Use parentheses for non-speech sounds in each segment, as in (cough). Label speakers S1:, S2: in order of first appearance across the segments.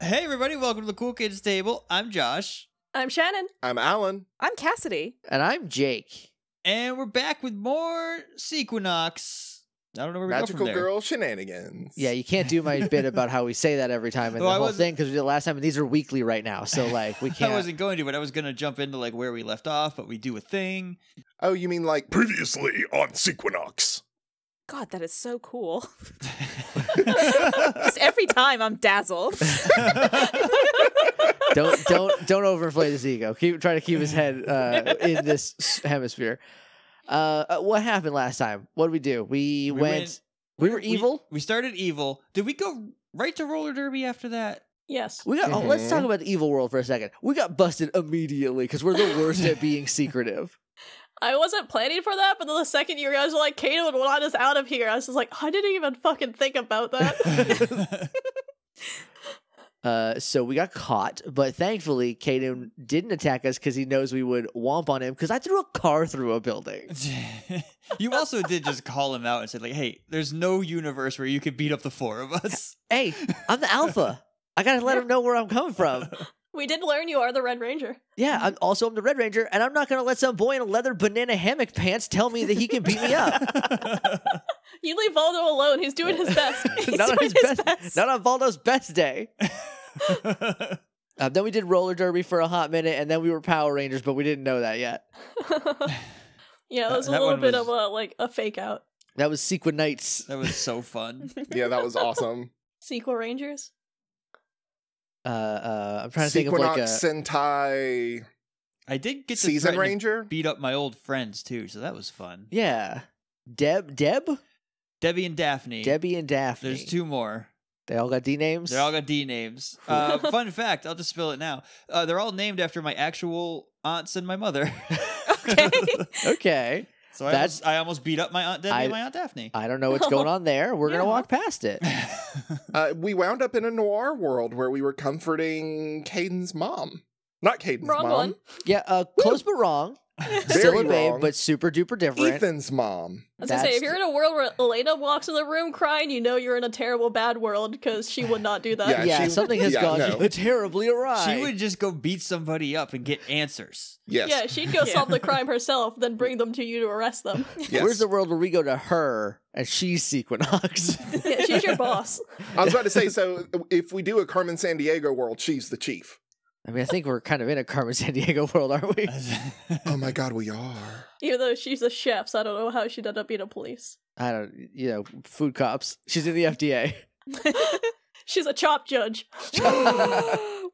S1: Hey, everybody, welcome to the Cool Kids Table. I'm Josh,
S2: I'm Shannon.
S3: I'm Alan.
S4: I'm Cassidy.
S5: And I'm Jake.
S1: and we're back with more Sequinox. I don't know where we go
S3: Magical
S1: from there.
S3: girl shenanigans.
S5: Yeah, you can't
S1: (laughs)
S5: do my bit about how we say that every time and
S1: Well, I
S5: the whole
S1: wasn't-
S5: thing because we did it last time, and these are weekly right
S1: (laughs)
S5: now, so like we can't.
S1: I wasn't going to, but I was going to jump into like where we left off, but we do a thing.
S3: Oh, you mean like previously on Sequinox?
S4: God, that is so cool.
S2: (laughs)
S4: Just every time I'm dazzled.
S5: Don't don't don't overinflate his ego. Keep try to keep
S1: (laughs)
S5: his head uh, in this s- hemisphere. Uh, uh, what happened last time? What did we do? We,
S1: We
S5: went,
S1: went-
S5: We were evil.
S1: We, we started evil. Did we go right to roller derby after that?
S2: (laughs) Yes.
S5: We, got. Oh, let's
S3: Mhm.
S1: Mm-hmm.
S5: talk about the evil world for a second. We got busted immediately because we're the worst at being secretive.
S1: (laughs)
S2: I wasn't planning for that, but then the second you guys were like, Kato would want us out of here, I was just like, I didn't even fucking think about
S4: (laughs)
S2: that.
S5: Uh, so we got caught, but thankfully, Kaden didn't attack us because he knows we would womp on him because I threw a car through a building.
S1: you also did just call him out and said like, "Hey, there's no universe where you could beat up the four of us."
S5: Hey, I'm the alpha. I gotta let him know where I'm coming from.
S2: we did learn you are the Red Ranger.
S5: Yeah, I'm also I'm the Red Ranger, and I'm not gonna let some boy in a leather banana hammock pants tell me that he can beat me up.
S2: You leave Voldo alone. He's doing his best.
S4: (laughs) He's
S5: not on
S4: doing
S5: his
S2: (laughs)
S5: best, not on Valdo's best day. Uh, then we did roller derby for a hot minute, and then we were Power Rangers, but we didn't know that yet.
S2: yeah, it
S1: That-
S2: was a
S1: that
S2: little
S1: one
S2: bit
S1: was-
S2: of a like a fake out.
S5: That was Sequin Knights.
S1: (laughs) that was so fun.
S3: (laughs) Yeah, that was awesome.
S2: Sequel Rangers.
S5: Uh, uh, I'm (laughs) trying to think of like
S3: Sequinox
S5: a
S3: Sentai
S1: I did get to
S3: Season
S1: threaten to
S3: Ranger.
S1: beat up my old friends too, so that was fun.
S5: yeah, Deb, Deb,
S1: Debbie and Daphne.
S5: Debbie, and Daphne.
S1: There's two more.
S5: They all got D names.
S1: They all got D names.
S5: (laughs)
S1: Uh, fun fact, I'll just spill it now. Uh, they're all named after my actual aunts and my mother.
S4: Okay.
S5: okay.
S1: (laughs) so I,
S5: That's-
S1: almost, I almost beat up my aunt Debbie
S5: I-
S1: and my aunt Daphne.
S5: I don't know what's
S1: (laughs)
S5: going on there. We're
S2: Yeah.
S5: gonna walk past it.
S3: Uh, we wound up in a noir world where we were comforting Caden's mom. Not Caden's
S2: Wrong
S3: mom.
S2: one.
S5: Yeah, uh, close but wrong. Still
S3: Very
S5: a babe,
S3: wrong.
S5: but super duper different.
S3: Ethan's mom.
S2: I was gonna say,
S5: That's
S2: if you're in a world where Elena walks in the room crying, you know you're in a terrible bad world because she would not do that.
S3: Yeah,
S5: yeah,
S3: she-
S5: something has
S3: yeah,
S5: gone
S3: no.
S5: (laughs) terribly awry.
S1: she would just go beat somebody up and get
S5: (laughs)
S1: answers.
S3: Yes.
S2: Yeah, she'd go
S4: Yeah.
S2: solve the crime herself, then bring them to you to arrest
S4: (laughs)
S2: them.
S3: yes.
S5: Where's the world where we go to her and she's Sequinox? (laughs)
S2: yeah, she's your boss.
S3: I was about to say, so if we do a Carmen San Diego world, she's the chief.
S5: I mean, I think we're kind of in a Carmen San Diego world, aren't we?
S3: Oh my god, we are.
S2: Even though she's a chef, so I don't know how she'd end up being a police.
S5: I don't, you know, food cops. She's in the FDA.
S2: She's a chop judge.
S4: (laughs)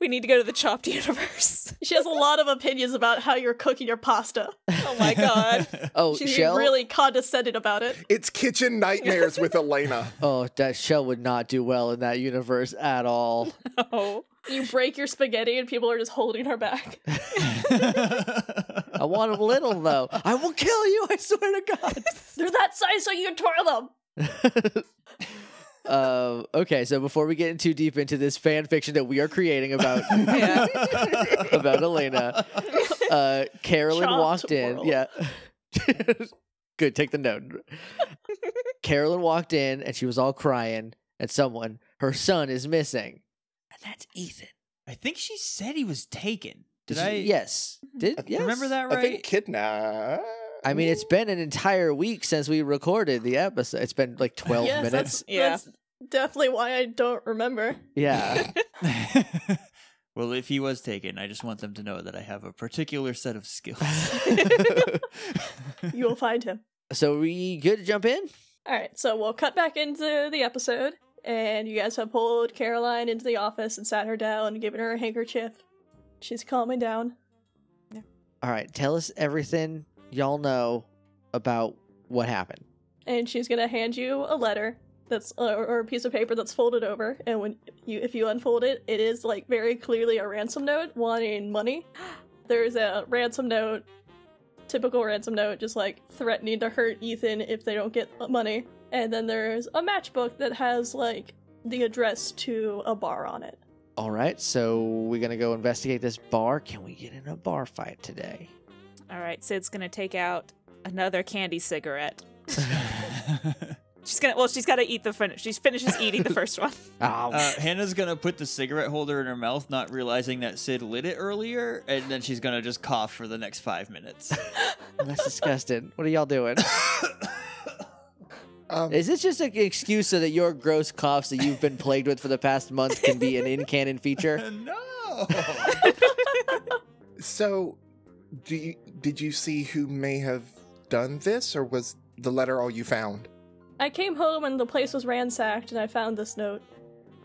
S4: we need to go to the chopped universe.
S2: (laughs) She has a lot of opinions about how you're cooking your pasta.
S4: Oh my god.
S5: (laughs) Oh,
S2: She's
S5: Shell.
S2: really condescending about it.
S3: It's kitchen nightmares with Elena.
S2: (laughs)
S5: Oh, that Shell would not do well in that universe at all.
S4: No.
S2: You break your spaghetti and people are just holding her
S5: (laughs)
S2: back.
S5: I want him little though. I will kill you. I swear to God.
S2: They're that size so you can twirl them.
S5: Um, okay, so before we get too deep into this fan fiction that we are creating about
S2: (laughs)
S4: Yeah.
S1: (laughs)
S5: about Elena, uh, Carolyn
S2: Chopped
S5: walked in.
S2: world.
S5: Yeah, (laughs) good. Take
S2: (laughs)
S5: the note. Carolyn walked in and she was all crying at someone. Her son is missing, and that's Ethan.
S1: I think she said he was taken. Did
S5: she-
S1: I
S5: Yes.
S2: Mm-hmm.
S5: Did yes.
S1: remember that
S3: I
S1: right?
S3: think kidnap.
S5: I mean, it's been an entire week since we recorded the episode. It's been like twelve
S2: yes,
S5: minutes.
S2: That's,
S4: Yeah.
S2: that's definitely why I don't remember.
S5: Yeah.
S2: (laughs)
S1: (laughs) well, if he was taken, I just want them to know that I have a particular set of
S4: (laughs)
S1: skills. (laughs)
S2: You will find him.
S5: So we good to jump in?
S2: All right, so we'll cut back into the episode, and you guys have pulled Caroline into the office and sat her down, given her a handkerchief. She's calming down.
S5: All right, tell us everything y'all know about what happened.
S2: and she's gonna hand you a letter that's or or a piece of paper that's folded over and when you if you unfold it it is like very clearly a ransom note wanting money there's a ransom note typical ransom note just like threatening to hurt ethan if they don't get money and then there's a matchbook that has like the address to a bar on it
S5: All right, so we're gonna go investigate this bar. Can we get in a bar fight today?
S4: All right, Sid's going to take out another candy cigarette. She's gonna. Well, she's gotta eat the finish. She finishes eating the first one.
S5: Ow.
S1: Uh, Hannah's gonna put the cigarette holder in her mouth, not realizing that Sid lit it earlier, and then she's gonna just cough for the next five
S4: (laughs)
S1: minutes.
S5: That's disgusting. What are y'all doing?
S3: Um,
S5: (laughs) Is this just an excuse so that your gross coughs that you've been plagued with for the past month can be an in canon feature?
S1: no.
S3: so, do you, did you see who may have done this, or was the letter all you found?
S2: I came home and the place was ransacked, and I found this note.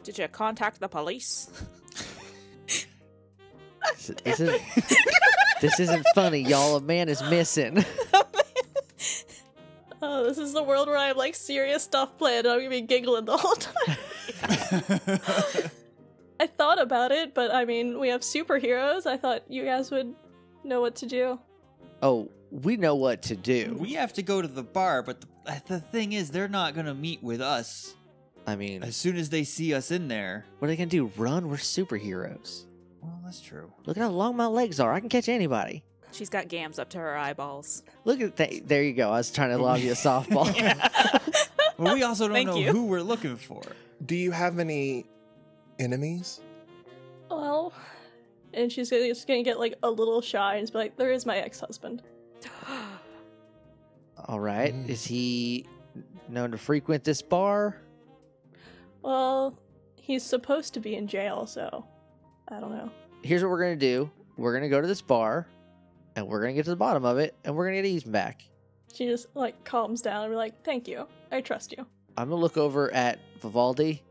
S4: Did you contact the police?
S5: (laughs) This, this is this isn't funny, y'all. A man is missing.
S2: Oh, this is the world where I have like serious stuff planned. and I'm gonna be giggling the whole (laughs) time. I thought about it, but I mean, we have superheroes. I thought you guys would know what to do.
S5: Oh, we know what to do.
S1: we have to go to the bar, but the, uh, the thing is, they're not gonna meet with us.
S5: I mean,
S1: As soon as they see us in there,
S5: what are they gonna do? Run? We're superheroes.
S1: well, that's true.
S5: Look at how long my legs are. I can catch anybody.
S4: She's got gams up to her eyeballs.
S5: Look at that. There you go. I was trying to lob you a (laughs) softball.
S1: But we also don't
S4: Thank
S1: know
S4: you.
S1: who we're looking for.
S3: Do you have any enemies?
S2: Well, and she's gonna, just gonna get like a little shy and just be like, "There is my ex-husband."
S5: All right.
S3: Mm.
S5: Is he known to frequent this bar?
S2: Well, he's supposed to be in jail, so I don't know.
S5: Here's what we're gonna do. We're gonna go to this bar, and we're gonna get to the bottom of it, and we're gonna get Ethan back.
S2: She just like calms down and be like, "Thank you, I trust you."
S5: I'm gonna look over at Vivaldi.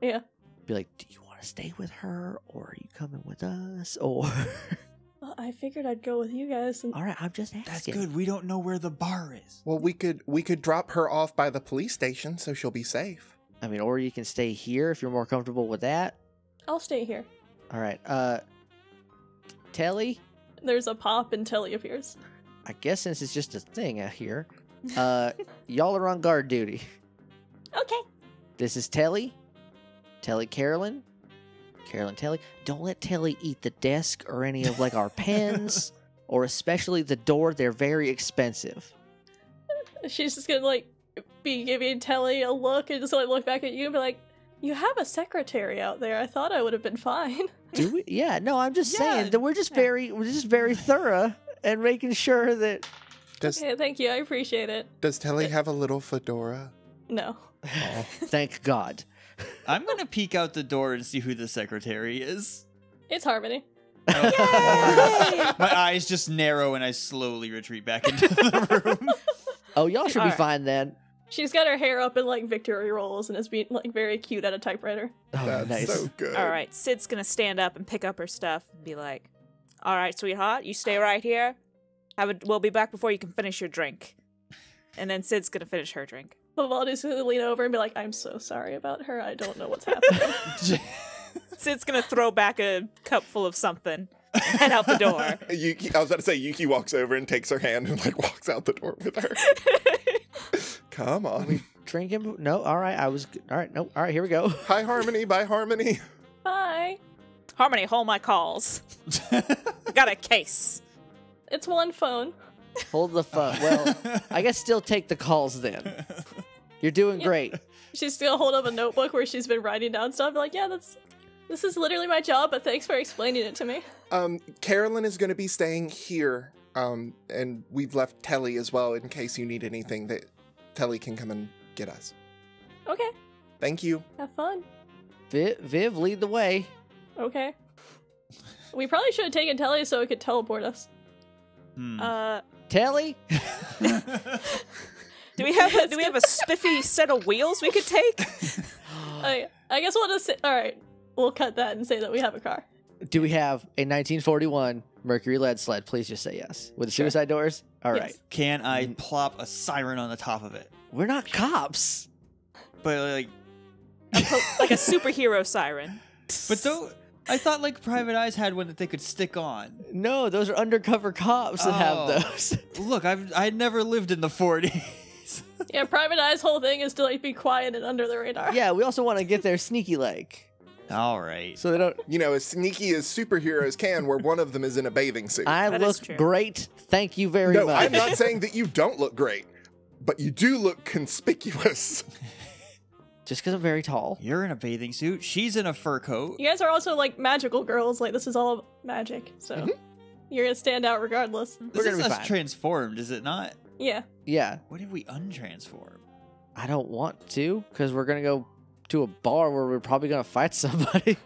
S2: Yeah.
S5: Be like, do you want to stay with her, or are you coming with us, or? (laughs)
S2: Well, I figured I'd go with you guys. And
S5: All right, I'm just asking.
S1: That's good. We don't know where the bar is.
S3: Well, we could we could drop her off by the police station, so she'll be safe.
S5: I mean, or you can stay here if you're more comfortable with that.
S2: I'll stay here.
S5: All right. Uh, Telly.
S2: There's a pop and Telly appears.
S5: I guess since it's just a thing out here, uh, y'all are on guard duty.
S4: Okay.
S5: This is Telly. Telly Carolyn. Carolyn Telly. Don't let Telly eat the desk or any of like our pens or especially the door. They're very expensive.
S2: She's just gonna like be giving Telly a look and just like look back at you and be like, "You have a secretary out there. I thought I would have been fine." (laughs)
S5: Do we? (laughs) Yeah. No, I'm just
S1: Yeah,
S5: saying that we're just
S1: yeah.
S5: very we're just very thorough and making sure that
S3: Does
S2: Okay, thank you. I appreciate it.
S3: Does Telly have a little fedora?
S2: No.
S5: (laughs) thank God.
S1: I'm gonna peek out the door and see who the secretary
S5: (laughs)
S1: is.
S2: It's Harmony.
S1: My eyes just narrow and I slowly retreat back into
S5: (laughs)
S1: the room.
S5: Oh, y'all should be
S4: Alright.
S5: fine then.
S2: She's got her hair up in like victory rolls and is being like very cute at a typewriter.
S5: Oh, nice.
S3: good.
S4: All right. Sid's gonna stand up and pick up her stuff and be like, "All right, sweetheart, you stay right here. Have a, we'll be back before you can finish your drink." And then Sid's gonna finish her drink.
S2: Vivaldi's gonna lean over and be like, "I'm so sorry about her. I don't know what's happening."
S4: Sid's gonna throw back a cup full of something and head out the door.
S3: Yuki, I was about to say Yuki walks over and takes her hand and like walks out the door with her. Come on.
S5: Drinking? No. All right. I was. All right. No. All right. Here we go. (laughs)
S3: Hi Harmony, bye Harmony.
S2: Hi.
S4: Harmony, hold my calls. Got a case.
S2: It's one phone.
S5: Hold the phone. Uh, Well, I guess still take the calls then. You're doing
S2: Yeah.
S5: great.
S2: She's still hold up a notebook where she's been writing down stuff. Like, yeah, that's this is literally my job. But thanks for explaining it to me.
S3: Um, Carolyn is going to be staying here. Um, and we've left Telly as well in case you need anything that Telly can come and get us.
S2: Okay.
S3: Thank you.
S2: Have fun.
S5: Viv, Viv, lead the way.
S2: Okay. We probably should have taken Telly so it could teleport us.
S1: (laughs) Hmm.
S4: Uh,
S5: Telly,
S4: do we have a, do
S2: (laughs)
S4: we have a spiffy set of wheels we could take?
S2: I I guess we'll just say, all right. We'll cut that and say that we have a
S5: (laughs)
S2: car.
S5: (gasps) do we have a 1941 Mercury lead sled? Please just say yes. With the suicide doors? All right.
S2: Yes.
S1: (laughs) Can I
S5: Mm.
S1: plop a siren on the top of it?
S5: We're not cops.
S1: But like,
S4: A po- like a superhero siren.
S1: but though I thought like Private Eyes had one that they could stick on.
S5: No, those are undercover cops that
S1: Oh.
S5: have those. (laughs)
S1: Look, I've I never lived in the 40s.
S2: Yeah, Private Eye's whole thing is to like be quiet and under the radar.
S5: yeah, we also want to get there sneaky like.
S1: (laughs) All right.
S5: So they
S4: (laughs)
S5: don't.
S3: You know, as sneaky as superheroes can, where one of them is in a bathing suit.
S5: I
S4: That is
S5: look
S4: true.
S5: great. Thank you very
S3: no,
S5: much.
S3: I'm not saying that you don't look great. but you do look conspicuous. (laughs)
S5: Just because I'm very tall.
S1: You're in a bathing suit. She's in a fur coat.
S2: You guys are also like magical girls. Like this is all magic, so
S5: Mm-hmm.
S2: you're gonna stand out regardless.
S1: This
S5: We're
S1: is
S5: gonna be
S1: us
S5: fine.
S1: transformed, is it not?
S2: Yeah.
S5: Yeah,
S1: What did we untransform?
S5: I don't want to because we're gonna go to a bar where we're probably gonna fight (laughs) somebody.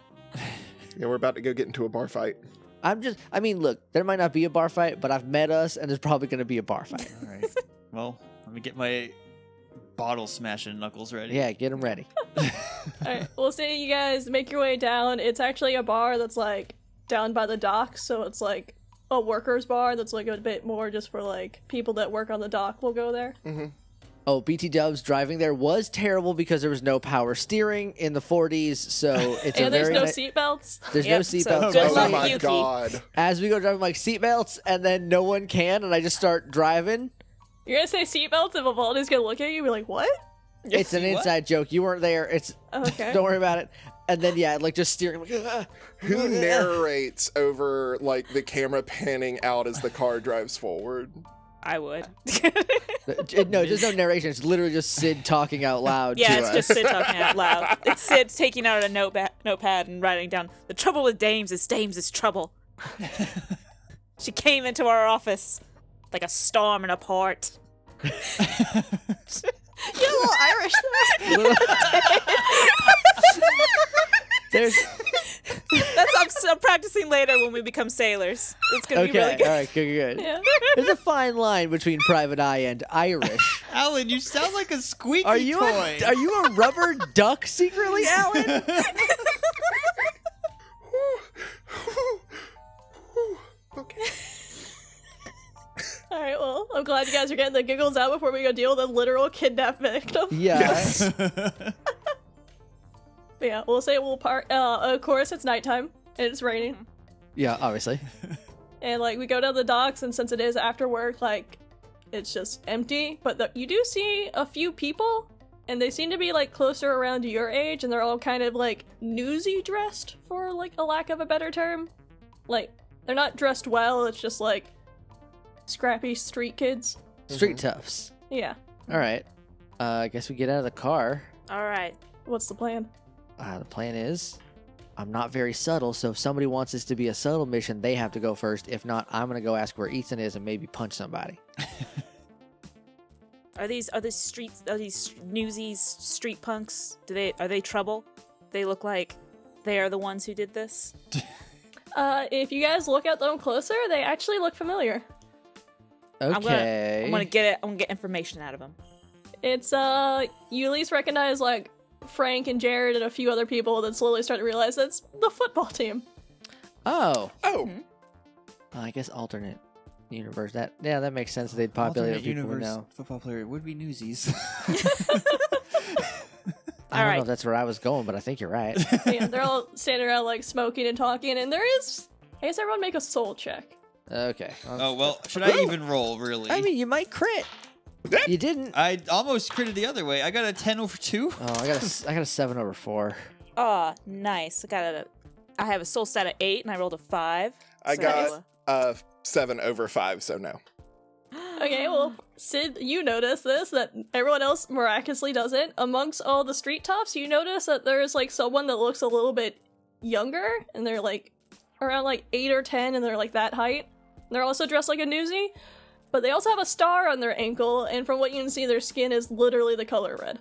S3: yeah, we're about to go get into a bar fight.
S5: I'm just. I mean, look, there might not be a bar fight, but I've met us, and there's probably gonna be a bar fight.
S1: All
S5: (laughs)
S1: right. well, let me get my bottle smashing knuckles ready.
S5: yeah, get them ready.
S2: All right. Well, say you guys make your way down. It's actually a bar that's like down by the dock, so it's like a workers' bar that's like a bit more just for like people that work on the dock will go there.
S5: Oh, BT Dubs driving there was terrible because there was no power steering in the 40s, so it's a
S2: and there's
S5: very
S2: no
S5: ni-
S2: seatbelts.
S5: there's
S4: Yep,
S5: no
S4: so
S5: seatbelts.
S4: good
S5: So
S3: oh
S4: luck,
S3: my
S4: Yuki.
S3: god.
S5: As we go driving, like seatbelts, and then no one can, and I just start driving.
S2: You're gonna say seatbelts, and Vivaldi's gonna look at you and be like, "What?"
S5: It's an
S1: What?
S5: inside joke. You weren't there. It's
S2: Okay.
S5: (laughs) don't worry about it. And then yeah, like just steering. Like, "Ugh."
S3: Who narrates over like the camera panning out as the car drives forward?
S2: (laughs)
S4: I would.
S5: It- no, there's no narration. It's literally just Sid talking out loud.
S4: yeah,
S5: to
S4: it's
S5: us.
S4: just (laughs) Sid talking out loud. It's Sid taking out a notepad, notepad and writing down the trouble with Dames is Dames is trouble. she came into our office like a storm in a port.
S2: You're a little Irish. There.
S5: (laughs) There's
S4: That's I'm, s- I'm practicing later when we become sailors. It's gonna be
S5: okay.
S4: really good.
S5: All right, good, good.
S2: Yeah.
S5: There's a fine line between private eye and Irish.
S1: Alan, you sound like a squeaky
S5: Are you
S1: toy.
S5: a, are you a rubber duck secretly, Alan?
S4: (laughs)
S3: okay.
S2: All right. Well, I'm glad you guys are getting the giggles out before we go deal with a literal kidnap victim.
S5: Yeah.
S1: (laughs)
S3: Yes.
S2: But yeah, we'll say we'll park. Uh, of course, it's nighttime and it's raining,
S5: Yeah, obviously.
S2: and like we go down the docks, and since it is after work, like it's just empty. But the- you do see a few people, and they seem to be like closer around your age, and they're all kind of like newsy dressed, for like a lack of a better term. Like they're not dressed well. It's just like scrappy street kids.
S5: Street toughs.
S2: Yeah.
S5: All right. Uh, I guess we get out of the car.
S4: All right.
S2: What's the plan?
S5: Uh, the plan is I'm not very subtle, so if somebody wants this to be a subtle mission, they have to go first. If not, I'm going to go ask where Ethan is and maybe punch somebody.
S4: Are these are these streets are these newsies street punks? Do they are they trouble? They look like they are the ones who did this.
S2: Uh, if you guys look at them closer, they actually look familiar.
S5: Okay.
S4: I'm gonna I'm
S3: Eh?
S4: gonna get it. I'm gonna get information out of them.
S2: It's uh you at least recognize like Frank and Jared and a few other people that slowly start to realize that's the football team.
S5: oh. Uh,
S3: Oh,
S5: I guess alternate universe. That Yeah, that makes sense. They'd populate with
S1: Alternate
S5: people we
S1: universe
S5: know.
S1: football player would be Newsies.
S5: I don't
S4: All
S5: know
S4: right.
S5: if that's where I was going, but I think you're right.
S2: yeah, they're all standing around like smoking and talking, and there is I guess everyone make a soul check.
S5: okay.
S1: (laughs) oh well, should I even roll? Really?
S5: I mean, you might crit. You didn't.
S1: I almost critted the other way. I got a ten over two.
S5: Oh, I got a, s- I got a seven over four.
S4: Oh, nice. I got a. I have a soul stat of eight, and I rolled a five.
S3: I
S4: So-
S3: got uh seven over five, so no.
S4: (gasps)
S2: Okay, well Sid, you notice this that everyone else miraculously doesn't. Amongst all the street tops, you notice that there is like someone that looks a little bit younger, and they're like around like eight or ten, and they're like that height. And they're also dressed like a newsie, but they also have a star on their ankle, and from what you can see, their skin is literally the color red.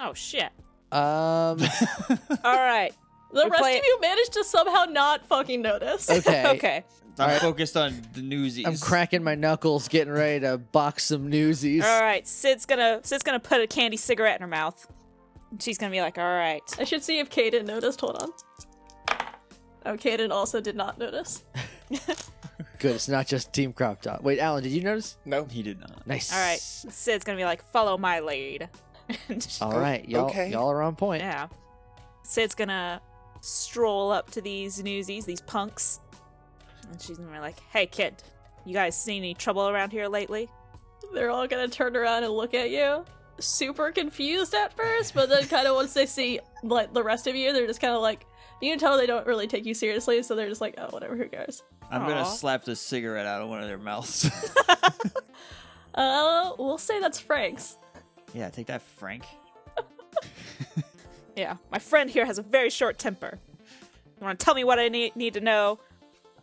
S4: Oh shit.
S5: (laughs) Um.
S4: All
S3: (laughs)
S4: right.
S2: The
S4: We're
S2: rest
S4: play-
S2: of you managed to somehow not fucking notice.
S5: Okay.
S4: (laughs) Okay.
S1: I'm
S5: right.
S1: focused on the Newsies.
S5: I'm cracking my knuckles, getting ready to box some newsies.
S4: All right. Sid's gonna. Sid's gonna put a candy cigarette in her mouth. She's gonna be like, "All right."
S2: I should see if Kaden noticed. Hold on. Oh, Kaden also did not notice.
S5: Good. It's not just team crop top. Wait, Alan, did you notice?
S3: No.
S1: He did not.
S5: Nice.
S4: All right. Sid's gonna be like, "Follow my lead." (laughs)
S5: All right, y'all.
S3: okay.
S5: Y'all are on point.
S4: yeah. Sid's gonna stroll up to these newsies, these punks, and she's gonna be like, "Hey, kid, you guys seen any trouble around here lately?"
S2: They're all gonna turn around and look at you, super confused at first, but then kind of once they see like the rest of you, they're just kind of like you can tell they don't really take you seriously, so they're just like, oh, whatever, who cares?
S1: I'm gonna (laughs)
S4: Aw.
S1: slap the cigarette out of one of their mouths.
S2: Uh, we'll say that's Frank's.
S1: Yeah, take that, Frank.
S4: Yeah, my friend here has a very short temper. You want to tell me what I need, need to know,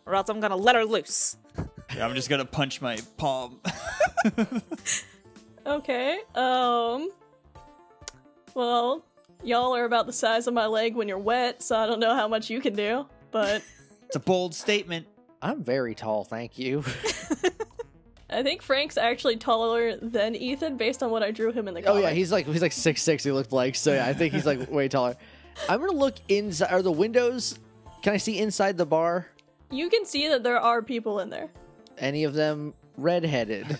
S4: or else I'm gonna let her loose.
S1: Yeah, I'm just gonna punch my palm. (laughs)
S2: Okay. Um. Well, y'all are about the size of my leg when you're wet, so I don't know how much you can do. But
S1: it's a bold statement.
S5: I'm very tall, thank (laughs) you.
S2: I think Frank's actually taller than Ethan based on what I drew him in the
S5: Oh
S2: comic.
S5: yeah, he's like he's like six six. He looked like so. Yeah, I think he's (laughs) like way taller. I'm gonna look inside. Are the windows? Can I see inside the bar?
S2: you can see that there are people in there.
S5: Any of them redheaded?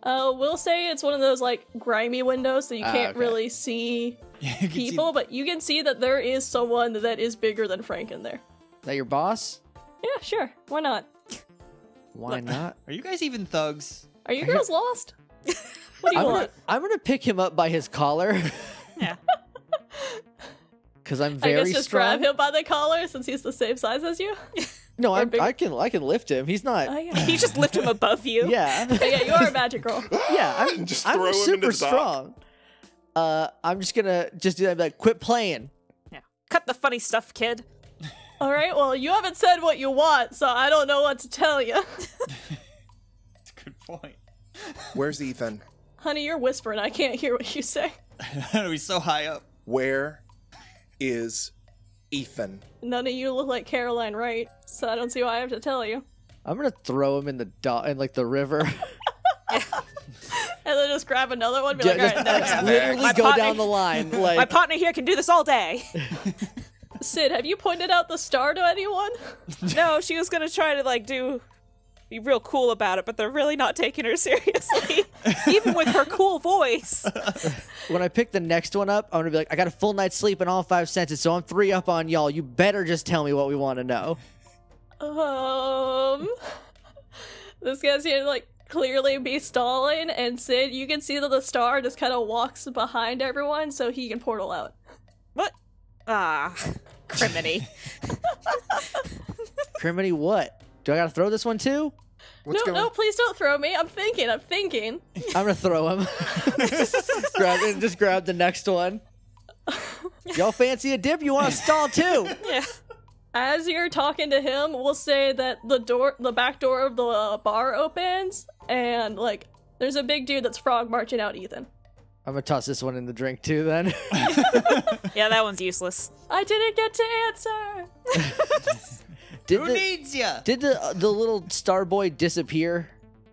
S2: Uh, we'll say it's one of those like grimy windows that you
S5: Ah,
S2: can't
S5: okay.
S2: really see
S1: Yeah, (laughs) you can see-
S2: people, but you can see that there is someone that is bigger than Frank in there.
S5: that your boss?
S2: Yeah, sure. Why not?
S5: (laughs) Why not?
S1: Are you guys even thugs?
S2: Are you girls
S5: (laughs)
S2: lost? What do you
S5: I'm gonna,
S2: want?
S5: I'm gonna pick him up by his collar. (laughs)
S4: Yeah.
S5: Because I'm
S2: I
S5: very
S2: guess just
S5: strong.
S2: grab him by the collar since he's the same size as you.
S5: No, I'm,
S2: big-
S5: I can I can lift him. He's not.
S2: Oh yeah.
S4: (laughs) You just lift him above you.
S5: Yeah.
S2: (laughs)
S5: (laughs)
S2: Oh, yeah, you are a magic girl.
S5: yeah,
S3: (laughs)
S5: I'm
S3: Just
S5: I'm
S3: throw him into
S5: super
S3: the dock.
S5: strong. Uh, I'm just gonna just do that. and be Like, quit playing.
S4: Cut the funny stuff, kid.
S2: All right. Well, you haven't said what you want, so I don't know what to tell you.
S1: That's a good (laughs) point.
S3: Where's Ethan?
S2: (laughs) Honey, you're whispering. I can't hear what you say.
S1: He's so high up.
S3: Where is Ethan?
S2: None of you look like Caroline Wright, so I don't see why I have to tell you.
S5: I'm gonna throw him in the dock in like the (laughs) river.
S2: And then just grab another one. Be
S5: Yeah,
S2: like, all
S5: just-
S2: right, next.
S5: just literally
S4: My
S5: go
S4: partner-
S5: down the
S2: (laughs)
S5: line. Like,
S4: My partner here can do this all
S5: (laughs)
S4: day.
S2: Sid, have you pointed out the star to anyone?
S4: no, she was gonna try to like do be real cool about it, but they're really not taking her (laughs) seriously. Even with her cool voice.
S5: when I pick the next one up, I'm gonna be like, I got a full night's sleep in all five senses, so I'm three up on y'all. You better just tell me what we want to know.
S2: Um, this guy's here to, like clearly be stalling, and Sid, you can see that the star just kind of walks behind everyone, so he can portal out.
S4: What ah (laughs) criminy.
S5: Criminy, what? Do I gotta throw this one too?
S3: What's
S2: no, no, please don't throw me. I'm thinking. I'm thinking.
S5: I'm gonna throw him. (laughs) grab it and just grab the next one. Y'all fancy a dip? You want to stall too?
S4: yeah.
S2: As you're talking to him, we'll say that the door, the back door of the uh, bar opens, and like there's a big dude that's frog marching out Ethan.
S5: I'm gonna toss this one in the drink
S1: (laughs)
S5: too. Then
S4: Yeah, that one's useless.
S2: I didn't get to answer.
S5: did
S1: Who
S5: the,
S1: needs ya?
S5: did the uh, the little star boy disappear?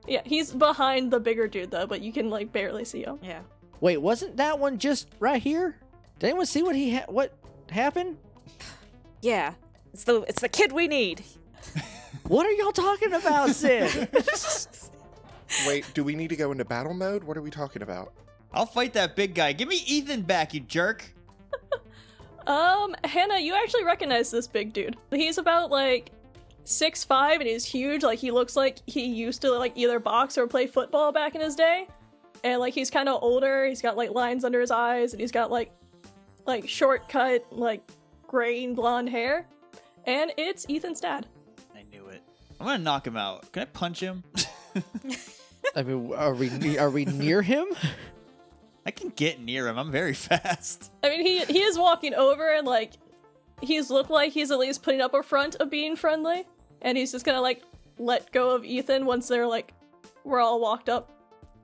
S2: Yeah, he's behind the bigger dude though, but you can like barely see him.
S4: Yeah.
S5: Wait, wasn't that one just right here? Did anyone see what he ha- what happened?
S4: Yeah. It's the it's the kid we need.
S5: What are y'all talking
S1: (laughs)
S5: about, Sid?
S3: Wait, do we need to go into battle mode? What are we talking about?
S1: I'll fight that big guy. Give me Ethan back, you jerk.
S2: Um, Hannah, you actually recognize this big dude. He's about like six five and he's huge. Like he looks like he used to like either box or play football back in his day. And like he's kind of older. He's got like lines under his eyes and he's got like like shortcut like graying blonde hair. And it's Ethan's dad.
S1: I knew it. I'm gonna knock him out. Can I punch (laughs) him?
S5: I mean, are we are we near him?
S1: I can get near him. I'm very (laughs) fast.
S2: I mean, he he is walking over and like he's looked like he's at least putting up a front of being friendly, and he's just gonna like let go of Ethan once they're like we're all walked up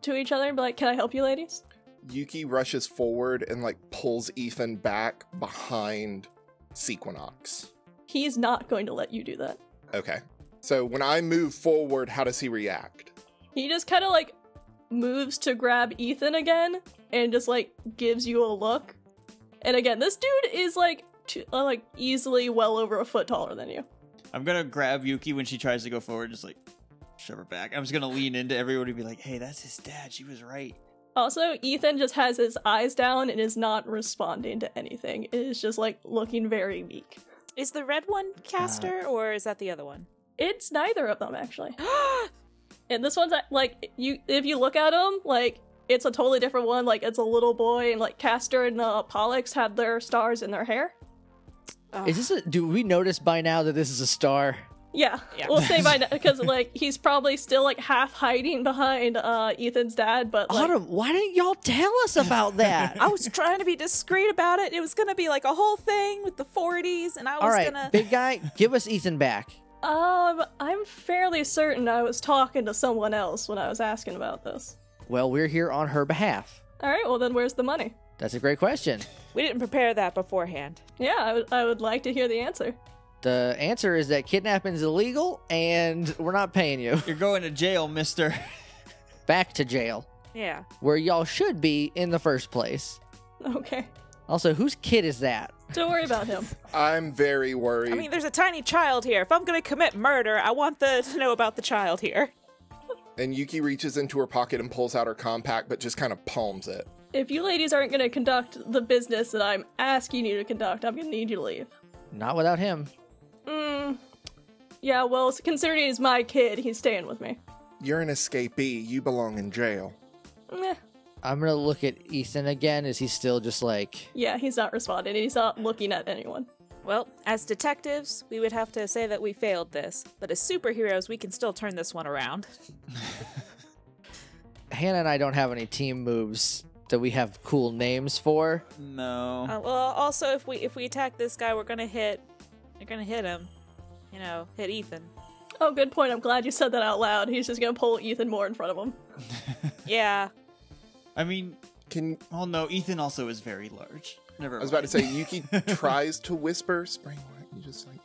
S2: to each other and be like, "Can I help you, ladies?"
S3: Yuki rushes forward and like pulls Ethan back behind Sequinox.
S2: He's not going to let you do that.
S3: Okay. So when I move forward, how does he react?
S2: He just kind of like moves to grab Ethan again and just like gives you a look. And again, this dude is like too, uh, like easily well over a foot taller than you.
S1: I'm gonna grab Yuki when she tries to go forward, just like shove her back. I'm just gonna lean into everyone and be like, "Hey, that's his dad. She was right."
S2: Also, Ethan just has his eyes down and is not responding to anything. It is just like looking very meek.
S4: Is the red one caster or is that the other (gasps) one?
S2: It's neither of them actually.
S4: Ah,
S2: And this one's like you if you look at him, like it's a totally different one. Like it's a little boy and like Castor and uh, Pollux had their stars in their hair.
S5: Is this a, do we notice by now that this is a star?
S2: Yeah,
S4: Yeah.
S2: we'll say by because like he's probably still like half hiding behind uh Ethan's dad, but like,
S5: Autumn, why didn't y'all tell us about that?
S4: (laughs) I was trying to be discreet about it. It was gonna be like a whole thing with the 40s, and I was
S5: All right,
S4: gonna.
S5: big guy, give us Ethan back.
S2: um, I'm fairly certain I was talking to someone else when I was asking about this.
S5: Well, we're here on her behalf.
S2: All right, well then, where's the money?
S5: That's a great question.
S4: We didn't prepare that beforehand.
S2: Yeah, I would I would like to hear the answer.
S5: The answer is that kidnapping is illegal and we're not paying you. (laughs)
S1: You're going to jail, mister. (laughs)
S5: Back to jail,
S4: Yeah.
S5: where y'all should be in the first place.
S2: Okay,
S5: Also, whose kid is that?
S2: don't worry about him.
S3: I'm very worried.
S4: I mean, there's a tiny child here. If I'm gonna commit murder, I want the to know about the child here.
S3: and Yuki reaches into her pocket and pulls out her compact, but just kind of palms it.
S2: If you ladies aren't going to conduct the business that I'm asking you to conduct, I'm going to need you to leave.
S5: Not without him.
S2: Mm. Yeah, well, s- considering he's my kid, he's staying with me.
S3: You're an escapee. You belong in jail.
S2: Meh.
S5: I'm gonna look at Ethan again. Is he still just like
S2: Yeah, he's not responding. He's not looking at anyone.
S4: Well, as detectives, we would have to say that we failed this, but as superheroes, we can still turn this one around.
S5: Hannah and I don't have any team moves that we have cool names for?
S1: No.
S4: Uh, well, also if we if we attack this guy, we're gonna hit, we're gonna hit him, you know, hit Ethan.
S2: Oh, good point. I'm glad you said that out loud. He's just gonna pull Ethan more in front of him.
S4: Yeah,
S1: I mean,
S3: Can
S1: oh no, Ethan also is very large. Never.
S3: I was about to say
S1: (laughs)
S3: Yuki tries to whisper, "Spring, why don't you just like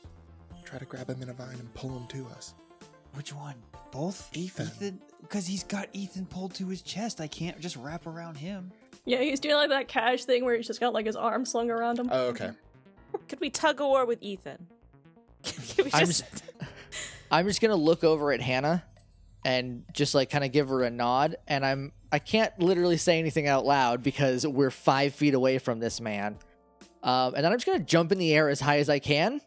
S3: try to grab him in a vine and pull him to us?"
S1: which one? Both
S3: Ethan.
S1: because he's got Ethan pulled to his chest. I can't just wrap around him.
S2: Yeah, he's doing like that cash thing where he's just got like his arm slung around him.
S3: Oh, okay.
S4: could we tug a war with Ethan? (laughs) Can we
S5: I'm
S4: just?
S5: I'm just gonna look over at Hannah and just like kind of give her a nod. And I'm I can't literally say anything out loud because we're five feet away from this man. Um, and then I'm just gonna jump in the air as high as I can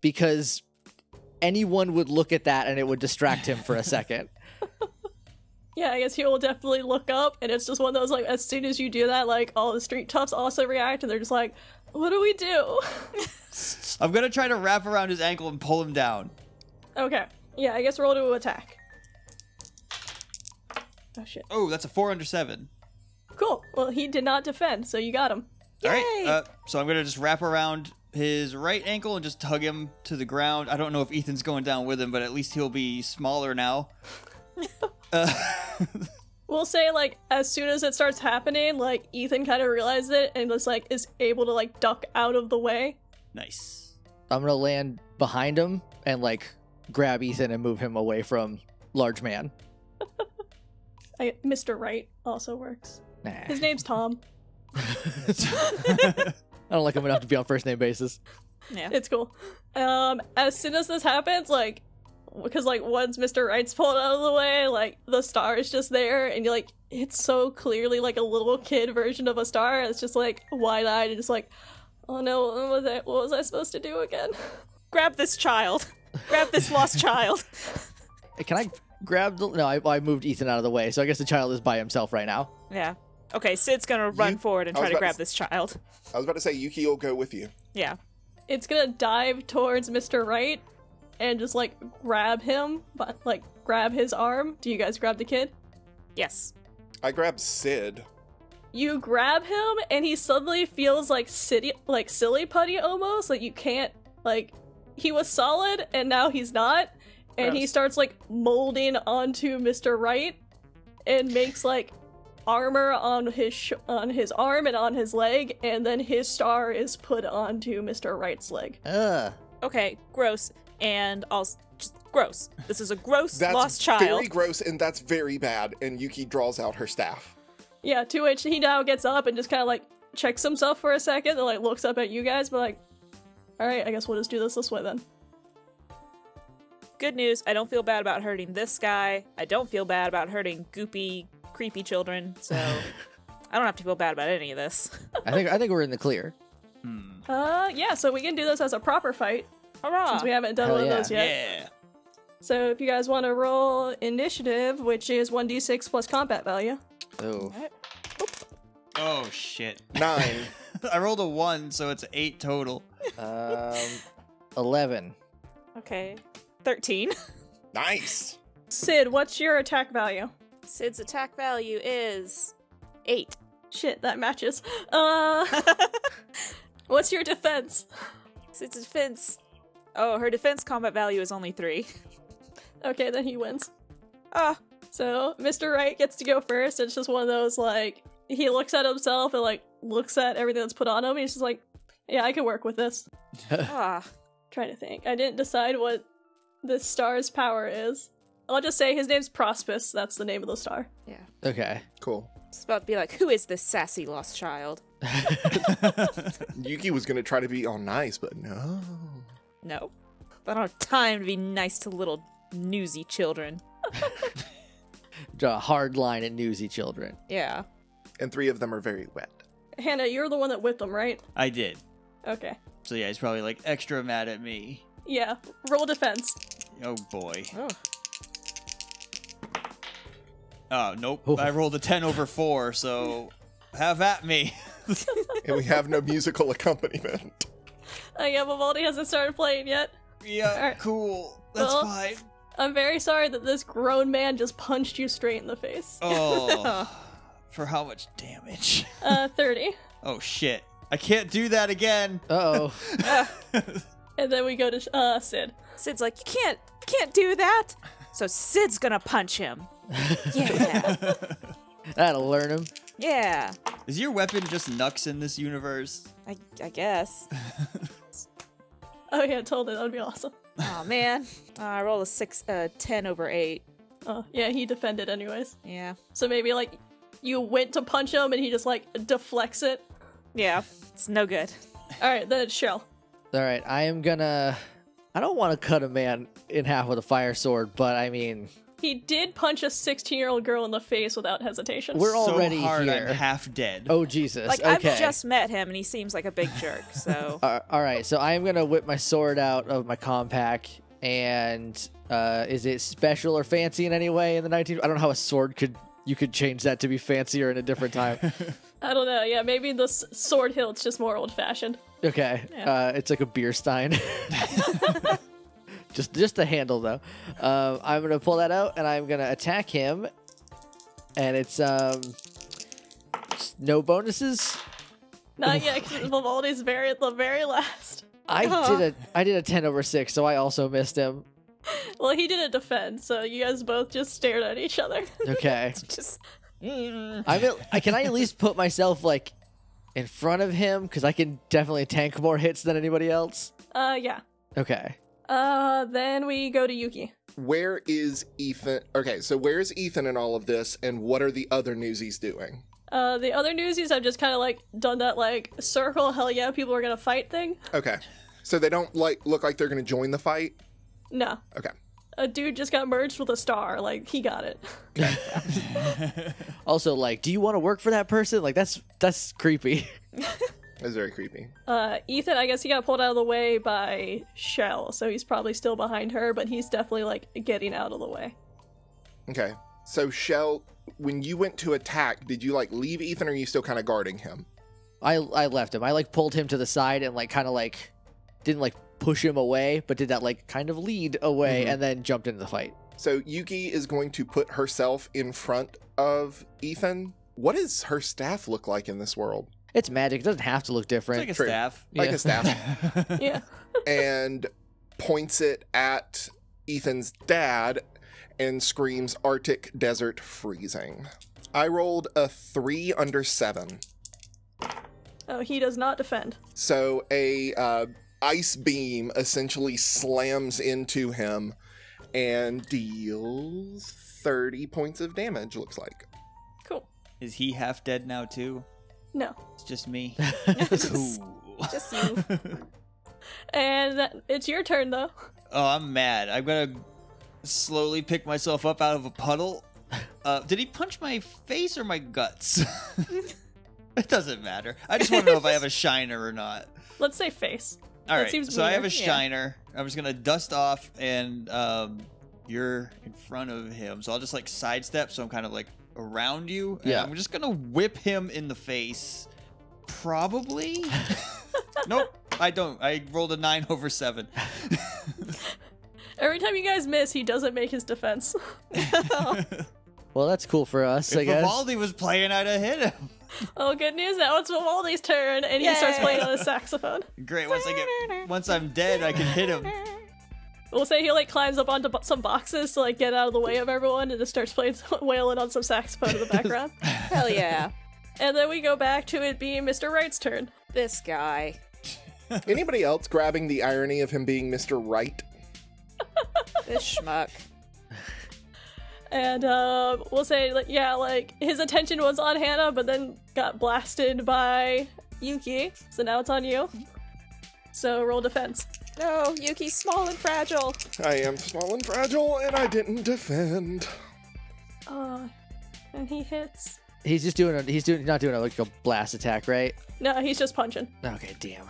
S5: because anyone would look at that and it would distract him for a second.
S2: Yeah, I guess he will definitely look up, and it's just one of those like, as soon as you do that, like all the street toughs also react, and they're just like, "What do we do?" (laughs)
S1: I'm gonna try to wrap around his ankle and pull him down.
S2: okay. Yeah, I guess roll to attack. Oh shit.
S1: Oh, that's a four under seven.
S2: Cool. Well, he did not defend, so you got him.
S1: All right. Uh, so I'm gonna just wrap around his right ankle and just tug him to the ground. I don't know if Ethan's going down with him, but at least he'll be smaller now. Uh,
S2: We'll say like as soon as it starts happening, like Ethan kind of realizes it and just like is able to like duck out of the way.
S1: (laughs) Nice.
S5: I'm gonna land behind him and like grab Ethan and move him away from large man.
S2: I, Mr. Wright also works.
S5: Nah.
S2: His
S5: (laughs)
S2: name's Tom.
S5: I don't like him enough to be on first name basis.
S4: (laughs) yeah.
S2: (laughs) It's cool. Um, as soon as this happens, like, because like once Mr. Wright's pulled out of the way, like the star is just there, and you're like, it's so clearly like a little kid version of a star. It's just like wide eyed and just like, oh no, what was I, what was I supposed to do again? (laughs)
S4: Grab this child. (laughs) Grab this lost child. (laughs)
S5: Can I grab the? No, I, I moved Ethan out of the way, so I guess the child is by himself right now.
S4: Yeah. Okay, Sid's gonna run forward and
S3: I was
S4: try to
S3: about
S4: grab
S3: to
S4: this child.
S3: I was about to say Yuki will go with you.
S4: Yeah.
S2: It's gonna dive towards Mr. Wright and just like grab him, but like grab his arm. Do you guys grab the kid?
S4: Yes.
S3: I grab Sid.
S2: you grab him and he suddenly feels like city like silly putty almost like you can't like he was solid and now he's not and he
S4: Gross.
S2: starts like molding onto mr right and makes like armor on his sh- on his arm and on his leg and then his star is put onto mr right's leg
S5: Ugh.
S4: Okay. Gross. And also just gross. This is a gross
S3: That's
S4: lost child.
S3: very gross and that's very bad. And Yuki draws out her staff.
S2: yeah to which he now gets up and just kind of like checks himself for a second and like looks up at you guys but like all right i guess we'll just do this this way then
S4: Good news. I don't feel bad about hurting this guy. I don't feel bad about hurting goopy, creepy children.
S2: (laughs)
S4: So I don't have to feel bad about any of this.
S5: I think I think we're in the clear.
S1: Hmm.
S2: uh yeah so we can do this as a proper fight
S4: Hurrah!
S2: (laughs) since we haven't done
S5: Hell
S2: one
S5: yeah.
S2: of those yet.
S1: Yeah.
S2: So if you guys want to roll initiative, which is 1d6 plus combat value.
S4: (laughs)
S5: Oh,
S1: Oh shit. (laughs)
S3: (laughs) Nine.
S1: I rolled a one, so it's eight total.
S5: um, eleven.
S4: okay. (laughs) 13.
S3: Nice.
S2: Sid, what's your attack value?
S4: Sid's attack value is (laughs) 8.
S2: Shit, that matches. (laughs) Uh, what's your defense?
S4: Sid's defense. Oh, her defense combat value is only 3.
S2: Okay, then he wins.
S4: (laughs) Ah,
S2: So Mr. Wright gets to go first. It's just one of those like he looks at himself and like looks at everything that's put on him. He's just like, yeah, I can work with this.
S4: ah.
S2: trying to think. I didn't decide what the star's power is. I'll just say his name's Prospis. That's the name of the star.
S5: Okay.
S3: Cool.
S4: It's about to be like, who is this sassy lost child?
S3: Yuki was gonna try to be all nice, but no.
S4: No. I don't have time to be nice to little newsy children.
S5: Draw a hard line at newsy children.
S4: Yeah.
S3: And three of them are very wet.
S2: Hannah, you're the one that whipped him, right?
S1: I did.
S2: Okay.
S1: So yeah, he's probably like extra mad at me.
S2: Yeah. Roll defense.
S1: Oh boy.
S4: Oh.
S1: Oh nope.
S5: Oh.
S1: I rolled a ten over four, so have at me. (laughs)
S3: And we have no musical accompaniment.
S2: I Uh, yeah, Vivaldi hasn't started playing yet.
S1: yeah,
S2: Alright.
S1: cool. That's
S2: Well-
S1: fine.
S2: I'm very sorry that this grown man just punched you straight in the face.
S1: Oh, for how much damage? (laughs)
S2: Uh, 30.
S1: Oh shit! I can't do that again.
S5: (laughs) Uh oh.
S2: And then we go to uh, Sid.
S4: Sid's like, you can't, you can't do that. So Sid's gonna punch him. Yeah.
S5: That'll learn him.
S4: yeah.
S1: Is your weapon just Nux in this universe?
S4: I, I guess.
S2: Oh yeah, totally. That would be awesome.
S4: Oh man. Uh, I roll a six, uh, ten over eight.
S2: Oh yeah, he defended anyways.
S4: Yeah.
S2: So maybe like you went to punch him and he just like deflects it.
S4: Yeah. It's no good.
S2: All right, then it's Shell.
S5: All right, I am gonna. I don't want to cut a man in half with a fire sword, but I mean,
S2: He did punch a 16 year old girl in the face without hesitation.
S5: We're already
S1: so hard,
S5: here.
S1: I'm half dead.
S5: oh Jesus.
S4: Like
S5: okay.
S4: I've just met him and he seems like a big jerk.
S5: (laughs)
S4: So
S5: All all right, so I am gonna whip my sword out of my compact, and uh, is it special or fancy in any way in the 19? I don't know how a sword could you could change that to be fancier in a different time.
S2: I don't know. Yeah, maybe the s- sword hilt's just more old fashioned.
S5: Okay. Uh, it's like a beer stein. (laughs) just just the handle though. Um, I'm gonna pull that out and I'm gonna attack him. And it's um no bonuses.
S2: Not yet, because (laughs) Vivaldi's very at the very last. (laughs)
S5: I
S4: Aw.
S5: did a I did a ten over six, so I also missed him.
S2: Well, he didn't defend, so you guys both just stared at each other. (laughs)
S5: Okay.
S4: just
S1: Mm.
S5: I'm at, I can I at least put myself like in front of him because I can definitely tank more hits than anybody else.
S2: Uh, yeah.
S5: Okay.
S2: Uh, then we go to Yuki.
S3: Where is Ethan? Okay, so where is Ethan in all of this, and what are the other newsies doing?
S2: Uh, the other newsies have just kind of like done that like circle, hell yeah, people are gonna fight thing.
S3: Okay, so they don't like look like they're gonna join the fight.
S2: No,
S3: Okay,
S2: a dude just got merged with a star. Like he got it. (laughs)
S5: Also, like, do you want to work for that person? Like, that's that's creepy. (laughs)
S3: that's very creepy.
S2: Uh, Ethan, I guess he got pulled out of the way by Shell, so he's probably still behind her, but he's definitely like getting out of the way.
S3: Okay, so Shell, when you went to attack, did you like leave Ethan, or are you still kind of guarding him?
S5: I I left him. I like pulled him to the side and like kind of like didn't like push him away, but did that like kind of lead away
S1: Mm-hmm.
S5: and then jumped into the fight.
S3: So Yuki is going to put herself in front of Ethan. What does her staff look like in this world?
S5: It's magic. It doesn't have to look
S1: it's
S5: different.
S1: like a
S3: True.
S1: staff.
S3: Like
S5: Yeah.
S1: (laughs)
S3: a staff,
S2: Yeah.
S3: and points it at Ethan's dad and screams Arctic desert freezing. I rolled a three under seven,
S2: Oh, he does not defend.
S3: so a uh, ice beam essentially slams into him and deals thirty points of damage. Looks (laughs) like.
S2: Cool.
S1: Is he half dead now too?
S2: No.
S1: It's just
S5: (laughs)
S1: me.
S4: just,
S1: Ooh.
S4: just you.
S2: And that- it's your turn though. (laughs)
S1: Oh, I'm mad. I'm gonna slowly pick myself up out of a puddle. Uh, did he punch my face or my guts? (laughs) it doesn't matter. I just want to know if I have
S2: (laughs)
S1: a shiner or not.
S2: Let's say face.
S1: All
S2: That
S1: right,
S2: seems
S1: so I have a
S2: meaner, yeah.
S1: shiner. I'm just gonna dust off, and um, you're in front of him, so I'll just like sidestep. So I'm kind of like around you. and
S5: Yeah.
S1: I'm just gonna whip him in the face.
S2: (laughs)
S1: Probably. nope. I don't. I rolled a nine over seven.
S2: Every time you guys miss, he doesn't make his defense. (laughs)
S5: Well, that's cool for us, I
S1: if
S5: guess.
S1: Vivaldi was playing, I'd have hit him. (laughs)
S2: oh, good news! Now it's Vivaldi's turn, and he starts
S4: Yay.
S2: playing on his saxophone.
S1: Great. Once I get, once I'm dead, I can hit (laughs) him.
S2: We'll say he like climbs up onto bo- some boxes to like get out of the way of everyone, and just starts playing wailing on some (laughs) saxophone in the background.
S4: Hell yeah.
S2: and then we go back to it being Mr. Wright's turn.
S4: This guy.
S3: Anybody else grabbing the irony of him being Mr. Right?
S4: This schmuck.
S2: And um, we'll say, like, yeah, like his attention was on Hannah, but then got blasted by Yuki. So now it's on you. So roll defense.
S4: No, Yuki's small and fragile.
S3: I am small and fragile, and I didn't defend.
S2: Uh, and he hits.
S5: he's just doing a he's doing not doing a like a blast attack, right?
S2: No, he's just punching.
S5: Okay, damn.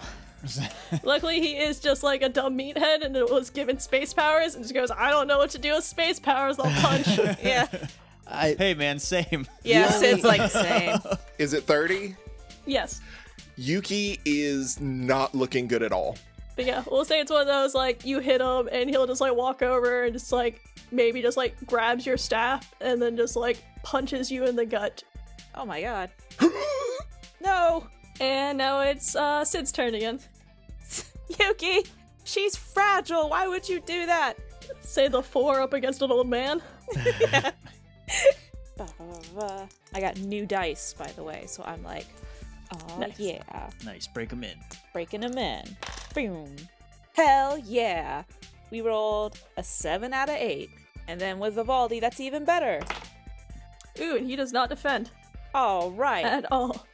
S2: Luckily, he is just like a dumb meathead, and it was given space powers, and just goes, "I don't know what to do with space powers. I'll punch."
S4: (laughs) Yeah.
S5: I
S1: Hey, man, same.
S4: Yeah,
S3: Yeah.
S4: Sid's like the same.
S3: Is it 30?
S2: yes,
S3: Yuki is not looking good at all.
S2: but yeah, we'll say it's one of those like you hit him, and he'll just like walk over and just like maybe just like grabs your staff, and then just like punches you in the gut.
S4: Oh my god. (gasps) No!
S2: And now it's uh, Sid's turn again.
S4: Yuki! She's fragile! Why would you do that?
S2: Say the four up against an old man.
S4: Bah, bah, bah. I got new dice, by the way, so I'm like, oh
S2: Nice.
S4: yeah,
S1: (laughs) Nice. Break him in.
S4: breaking them in. Boom. Hell yeah. We rolled a 7 out of 8. And then with Vivaldi, that's even better.
S2: Ooh, and he does not defend
S4: All (laughs) right.
S2: at all.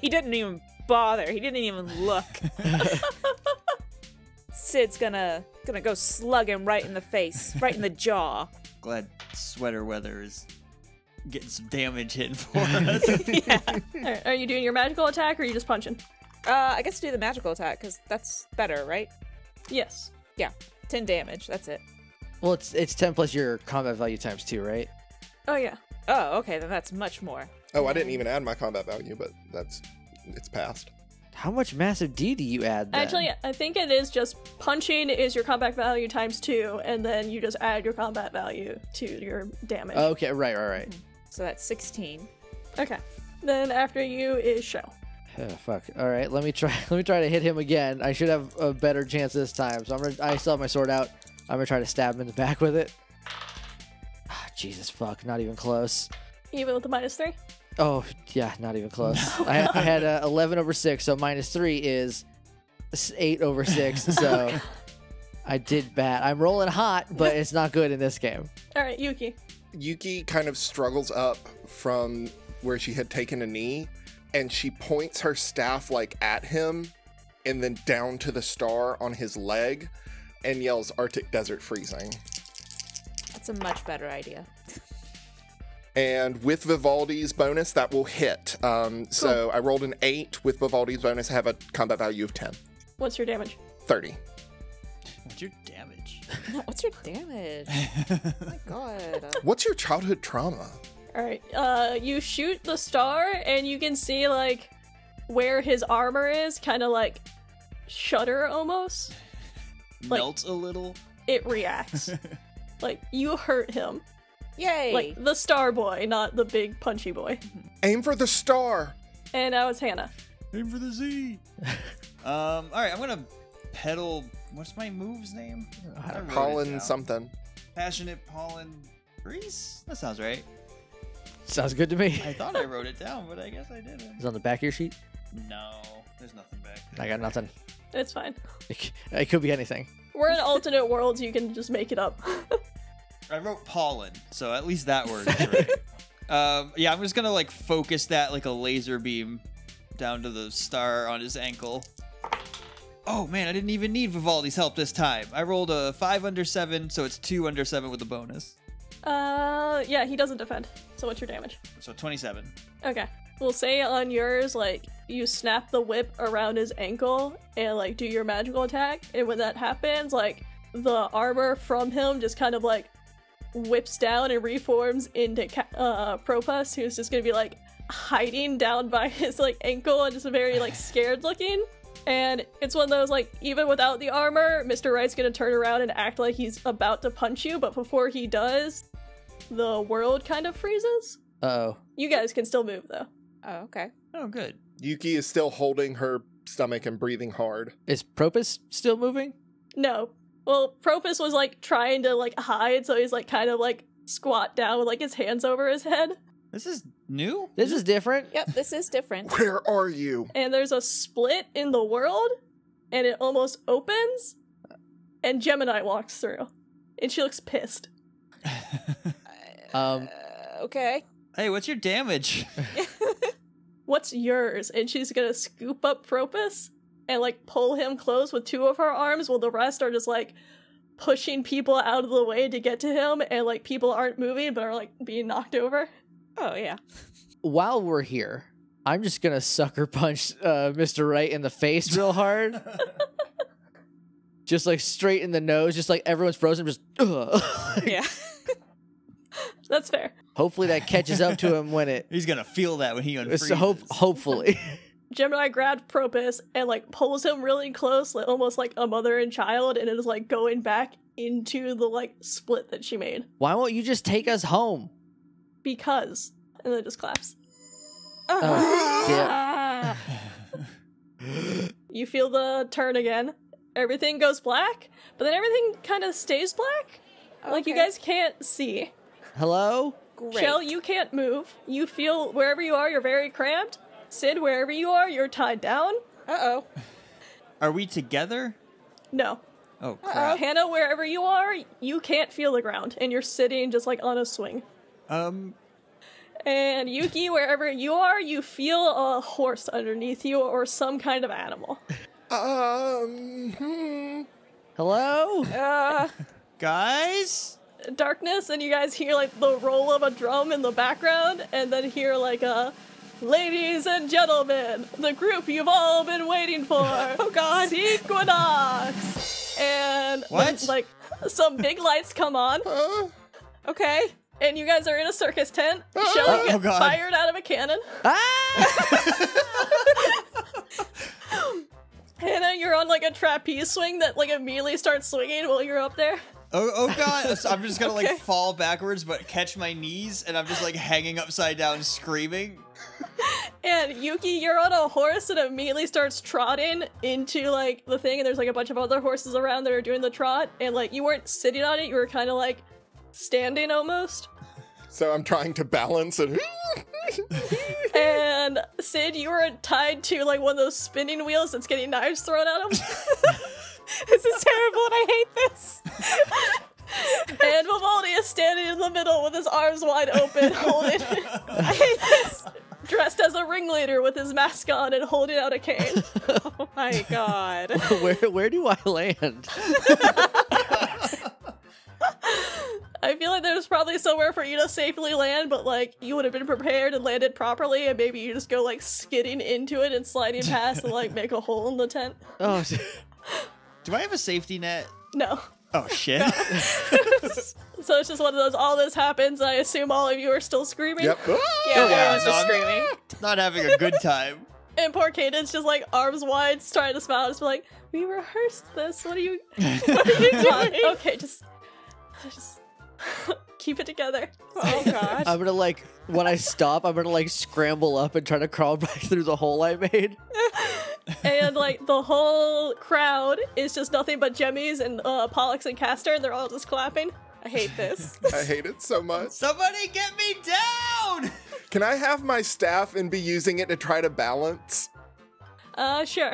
S4: he didn't even bother. He didn't even look. (laughs) Sid's gonna gonna go slug him right in the face, right in the jaw.
S1: Glad sweater weather is getting some damage (laughs) in for us.
S2: Alright, Are you doing your magical attack, or are you just punching?
S4: (laughs) Uh, I guess do the magical attack because that's better, right?
S2: Yes.
S4: Yeah, ten damage. That's it.
S5: well, it's it's ten plus your combat value times two, right?
S2: Oh yeah.
S4: Oh, okay, then that's much more.
S3: Oh, I didn't even add my combat value, but that's it's passed.
S5: How much massive D do you add? Then?
S2: Actually, I think it is just punching is your combat value times two, and then you just add your combat value to your damage.
S5: Oh, Okay, right, right, right.
S4: So that's sixteen.
S2: Okay. Then after you is Shell.
S5: Oh, fuck. All right, let me try. (laughs) Let me try to hit him again. I should have a better chance this time. So I'm gonna. I still have my sword out. I'm gonna try to stab him in the back with it. Ah, Jesus fuck! Not even close.
S2: Even with the minus three?
S5: Oh yeah, not
S2: (laughs)
S5: even close. I, I had uh, eleven over six, so minus three is s- eight over six.
S2: (laughs) Oh
S5: So I did bad. I'm rolling hot, but it's not good in this game.
S2: Alright, Yuki.
S3: Yuki kind of struggles up from where she had taken a knee and she points her staff like at him and then down to the star on his leg and yells Arctic Desert freezing.
S4: That's a much better idea. (laughs)
S3: And with Vivaldi's bonus, that will hit. Um, So I rolled an eight. With Vivaldi's bonus, I have a combat value of 10.
S2: What's your damage?
S3: 30.
S1: What's your damage?
S4: What's your damage? oh my god.
S3: (laughs) What's your childhood trauma?
S2: Alright. Uh you shoot the star and you can see like where his armor is, kinda like shudder almost.
S1: Melt a little.
S2: It reacts. like you hurt him.
S4: Yay!
S2: Like the star boy, not the big punchy boy.
S3: Aim for the star.
S2: And now it's Hannah.
S1: Aim for the (laughs) Z. um. All right. I'm gonna pedal. What's my move's name? I
S5: Uh,
S1: wrote it down.
S3: Pollen something.
S1: Passionate pollen breeze. That sounds right.
S5: Sounds good to me. (laughs)
S1: I thought (laughs) I wrote it down, but I guess I didn't.
S5: It's on the back of your sheet.
S1: No, there's nothing back there.
S5: I got nothing.
S2: It's fine.
S5: It c- it could be anything.
S2: We're in alternate worlds, you can just make it up. (laughs)
S1: I wrote pollen, so at least that
S5: (laughs)
S1: word is right. um, yeah, I'm just gonna like focus that like a laser beam down to the star on his ankle. Oh man, I didn't even need Vivaldi's help this time. I rolled a five under seven, so it's two under seven with a bonus.
S2: Uh, yeah, he doesn't defend. So what's your damage?
S1: So 27.
S2: Okay. We'll say on yours, like you snap the whip around his ankle and like do your magical attack, and when that happens, like the armor from him just kind of like whips down and reforms into Ca- uh, Propus, (laughs) who's just gonna be like hiding down by his like ankle and just very like scared looking. And it's one of those like, even without the armor, Mr. Wright's gonna turn around and act like he's about to punch you, but before he does, the world kind of freezes.
S5: Oh,
S2: You guys can still move though.
S4: Oh, okay.
S1: Oh, good.
S3: Yuki is still holding her stomach and breathing hard.
S5: is Propus still moving?
S2: No. Well, Propus was like trying to like hide, so he's like kind of like squat down with like his hands over his head.
S1: This is new. (laughs)
S5: This is different.
S4: Yep, this is different.
S3: Where are you?
S2: and there's a split in the world, and it almost opens, and Gemini walks through, and she looks pissed.
S5: Um,
S4: Uh, okay. (laughs)
S1: hey, what's your damage?
S2: What's yours? And she's gonna scoop up Propus and like pull him close with two of her arms, while the rest are just like pushing people out of the way to get to him, and like people aren't moving but are like being knocked over.
S4: Oh yeah.
S5: while we're here, I'm just gonna sucker punch uh, Mr. Wright in the face real hard, just like straight in the nose, just like everyone's frozen. Just ugh. (laughs)
S4: Yeah.
S2: That's fair.
S5: hopefully that catches up to him
S1: (laughs)
S5: when it.
S1: (laughs) He's gonna feel that when he unfreezes.
S5: It's hope, hopefully. (laughs)
S2: Gemini grabbed Propus and like pulls him really close, like almost like a mother and child, and it is like going back into the like split that she made.
S5: Why won't you just take us home?
S2: because and then it just claps
S4: (laughs)
S5: Oh,
S4: Ah.
S2: you feel the turn again everything goes black but then everything kind of stays black like you
S4: Okay.
S2: guys can't see
S5: Hello.
S4: Great.
S2: shell you can't move you feel wherever you are you're very cramped sid wherever you are you're tied down
S4: Uh oh.
S1: (laughs) Are we together?
S2: no
S1: Oh crap.
S2: hannah wherever you are you can't feel the ground and you're sitting just like on a swing
S1: Um,
S2: and yuki wherever you are you feel a horse underneath you or some kind of animal
S3: Um, hmm.
S5: Hello.
S4: Uh,
S1: guys.
S2: darkness and you guys hear like the roll of a drum in the background and then hear like a ladies and gentlemen the group you've all been waiting for
S1: (laughs)
S2: oh god equinox and
S1: What?
S2: like some big lights come on
S3: Huh?
S4: okay. (laughs)
S2: and you guys are in a circus tent showing
S1: (laughs) Oh, God.
S2: fired out of a cannon
S5: ah! (laughs)
S2: hannah you're on like a trapeze swing that like immediately starts swinging while you're up there
S1: Oh, oh god. So I'm just gonna like fall backwards, but catch my knees, and I'm just like hanging upside down, screaming.
S2: And Yuki, you're on a horse and immediately starts trotting into like the thing, and there's like a bunch of other horses around that are doing the trot, and like you weren't sitting on it, you were kind of like standing almost.
S3: So I'm trying to balance and (laughs)
S2: And Sid, you were tied to like one of those spinning wheels that's getting knives thrown at him.
S4: This is terrible, and I hate this. (laughs)
S2: and Vivaldi is standing in the middle with his arms wide open, holding, (laughs)
S4: I hate this.
S2: dressed as a ringleader with his mask on and holding out a cane.
S4: Oh my god.
S5: where where do I land?
S2: I feel like there's probably somewhere for you to safely land, but like you would have been prepared and landed properly, and maybe you just go like skidding into it and sliding past and like make a hole in the tent.
S5: Oh,
S1: Do I have a safety net?
S2: No.
S1: Oh shit. (laughs)
S2: So it's just one of those, all this happens, and I assume all of you are still screaming.
S3: yep.
S4: Yeah,
S1: no,
S4: everyone's just
S1: I'm-
S4: screaming.
S1: Not having a good time.
S2: And poor Caden's just like arms wide, trying to smile, just be like, We rehearsed this. What are you, (laughs) what are you (laughs)
S4: (laughs)
S2: doing? okay, just, just (laughs) keep it together.
S4: Oh god.
S5: I'm gonna like when I stop, I'm gonna like scramble up and try to crawl (laughs) back through the hole I made.
S2: and like the whole crowd is just nothing but Jemmys and uh, Pollux and Castor, and they're all just clapping.
S4: I hate this. (laughs)
S3: I hate it so much.
S1: Somebody get me down. (laughs)
S3: Can I have my staff and be using it to try to balance?
S2: Uh, sure.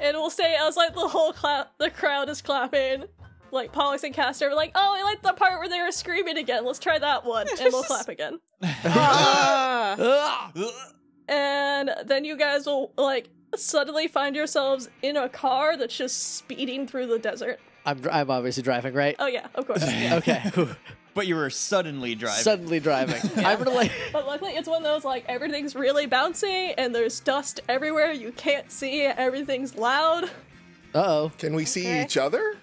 S2: and we'll say as like the whole cla- the crowd is clapping. Like Pollux and Castor were like, oh, I like the part where they were screaming again. Let's try that one, and we'll clap again.
S4: Ah.
S5: Ah!
S1: Ugh.
S2: And then you guys will like suddenly find yourselves in a car that's just speeding through the desert.
S5: I'm dri- I'm obviously
S2: (laughs)
S5: driving, right?
S2: Oh yeah, of course.
S5: Okay. whew.
S1: But you were suddenly driving.
S5: Suddenly driving. I'm gonna like
S2: But luckily, it's one of those like everything's really bouncy and there's dust everywhere. You can't see. Everything's loud.
S5: Uh oh.
S3: Can we see
S4: Okay.
S3: each other?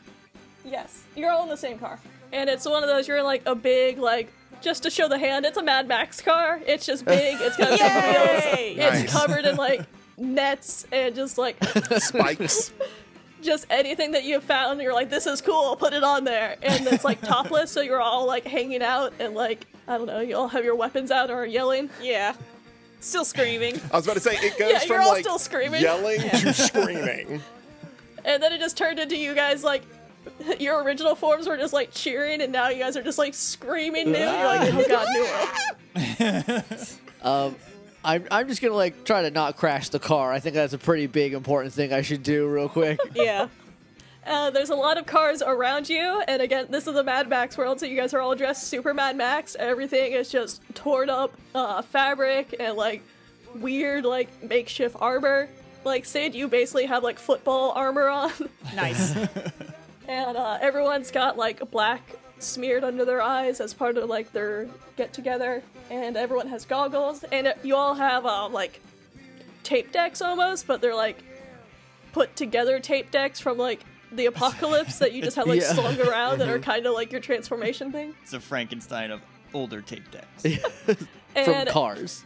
S2: Yes, you're all in the same car, and it's one of those you're in like a big like just to show the hand. It's a Mad Max car. It's just big. It's got big wheels.
S4: Yay!
S2: It's
S3: Nice.
S2: covered in like nets and just like (laughs)
S3: Spikes.
S2: just anything that you found you're like this is cool put it on there and it's like topless so you're all like hanging out and like i don't know you all have your weapons out or are yelling
S4: Yeah. Still screaming.
S3: I was about to say it goes
S2: Yeah, you're
S3: from
S2: all
S3: like
S2: still screaming.
S3: yelling to screaming.
S2: and then it just turned into you guys like your original forms were just like cheering and now you guys are just like screaming new you're like oh god new world
S5: Um, I'm, I'm just gonna like try to not crash the car. I think that's a pretty big important thing I should do real quick.
S4: Yeah.
S2: Uh, there's a lot of cars around you, and again, this is the Mad Max world, so you guys are all dressed super Mad Max. Everything is just torn up uh, fabric and like weird, like makeshift armor. Like Sid, you basically have like football armor on,
S5: (laughs)
S4: Nice.
S2: and uh, everyone's got like black smeared under their eyes as part of like their get together, and everyone has goggles, and uh, you all have um, like tape decks almost, but they're like put together tape decks from like
S5: (laughs)
S2: the apocalypse that you just have like
S5: Yeah. Mm-hmm.
S2: slung around that are kind of like your transformation thing.
S1: It's a Frankenstein of older tape decks.
S5: From
S2: And
S5: cars.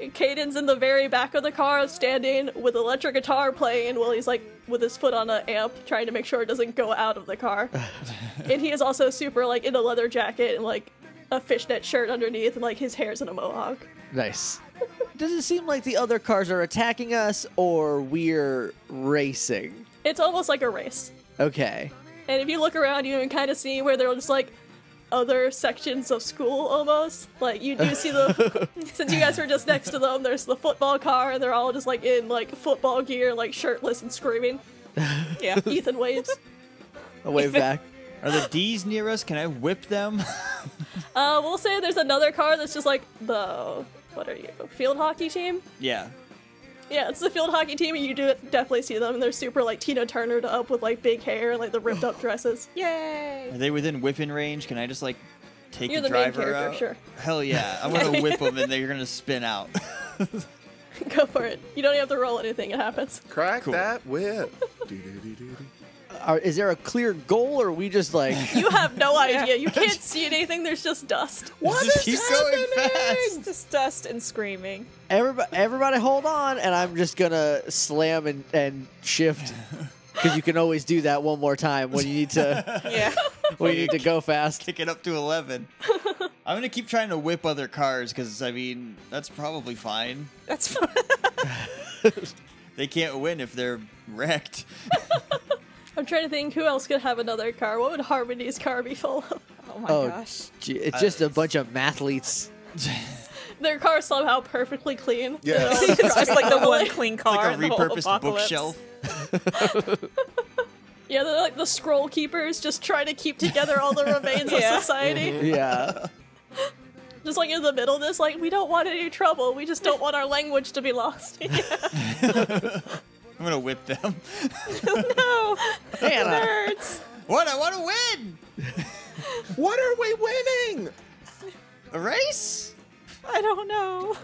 S2: Caden's in the very back of the car, standing with electric guitar playing while he's like with his foot on an amp, trying to make sure it doesn't go out of the car. and he is also super like in a leather jacket and like a fishnet shirt underneath, and like his hair's in a mohawk.
S5: Nice. Does it seem like the other cars are attacking us or we're racing?
S2: It's almost like a race.
S5: Okay.
S2: And if you look around, you can kind of see where they're just like other sections of school almost. Like you do see the (laughs) since you guys were just next to them, there's the football car, and they're all just like in like football gear, like shirtless and screaming.
S4: Yeah.
S2: Ethan waves.
S5: I'll wave back.
S1: (laughs) Are the D's near us? Can I whip them? (laughs)
S2: Uh, we'll say there's another car that's just like the what are you field hockey team?
S1: yeah.
S2: Yeah, it's the field hockey team, and you do definitely see them. And they're super like Tina Turner up with like big hair and like the ripped up dresses.
S4: Yay.
S1: Are they within whipping range? Can I just like take
S2: You're
S1: the,
S2: the main
S1: driver
S2: character,
S1: out?
S2: sure.
S1: Hell yeah! I'm gonna whip them and they're gonna spin out.
S2: (laughs) Go for it. You don't even have to roll anything; it happens.
S3: Crack
S1: Cool.
S3: that whip. Do-do-do-do-do.
S5: Are, is there a clear goal or are we just like
S2: You have no idea. You can't see anything. There's just dust.
S1: What just keep going fast. (laughs)
S4: Just dust and
S2: (laughs)
S4: screaming.
S5: everybody, everybody hold on and I'm just gonna slam and, and
S4: (laughs)
S5: shift because you can always do that one more time when you need
S4: (laughs)
S5: to
S4: Yeah.
S5: when you need to go fast.
S1: Kick it up to eleven. I'm gonna keep trying to whip other cars because I mean that's probably fine.
S4: That's fun.
S1: They can't win if they're wrecked. (laughs)
S2: I'm trying to think who else could have another car. What would Harmony's car be full of? (laughs)
S4: Oh my
S5: Oh.
S4: gosh.
S5: (laughs)
S4: (laughs)
S5: Gee, It's just a bunch of mathletes.
S2: Their car somehow perfectly clean.
S3: Yeah.
S2: They're all
S4: It's just like the one
S2: properly.
S4: clean
S1: It's
S4: car.
S1: like a
S4: in the whole
S1: repurposed
S4: apocalypse.
S1: bookshelf.
S2: Yeah, they're like the scroll keepers, just trying to keep together all the remains
S4: Yeah.
S2: of society.
S5: Yeah.
S2: Just like in the middle of this, like we don't want any trouble. We just don't want our language to be lost. (laughs)
S1: I'm gonna whip them.
S4: (laughs)
S1: (laughs)
S4: No.
S5: Hannah.
S4: Nerds.
S1: what? I want to win
S3: (laughs) What are we winning?
S1: a
S3: (laughs)
S1: race.
S4: I don't know.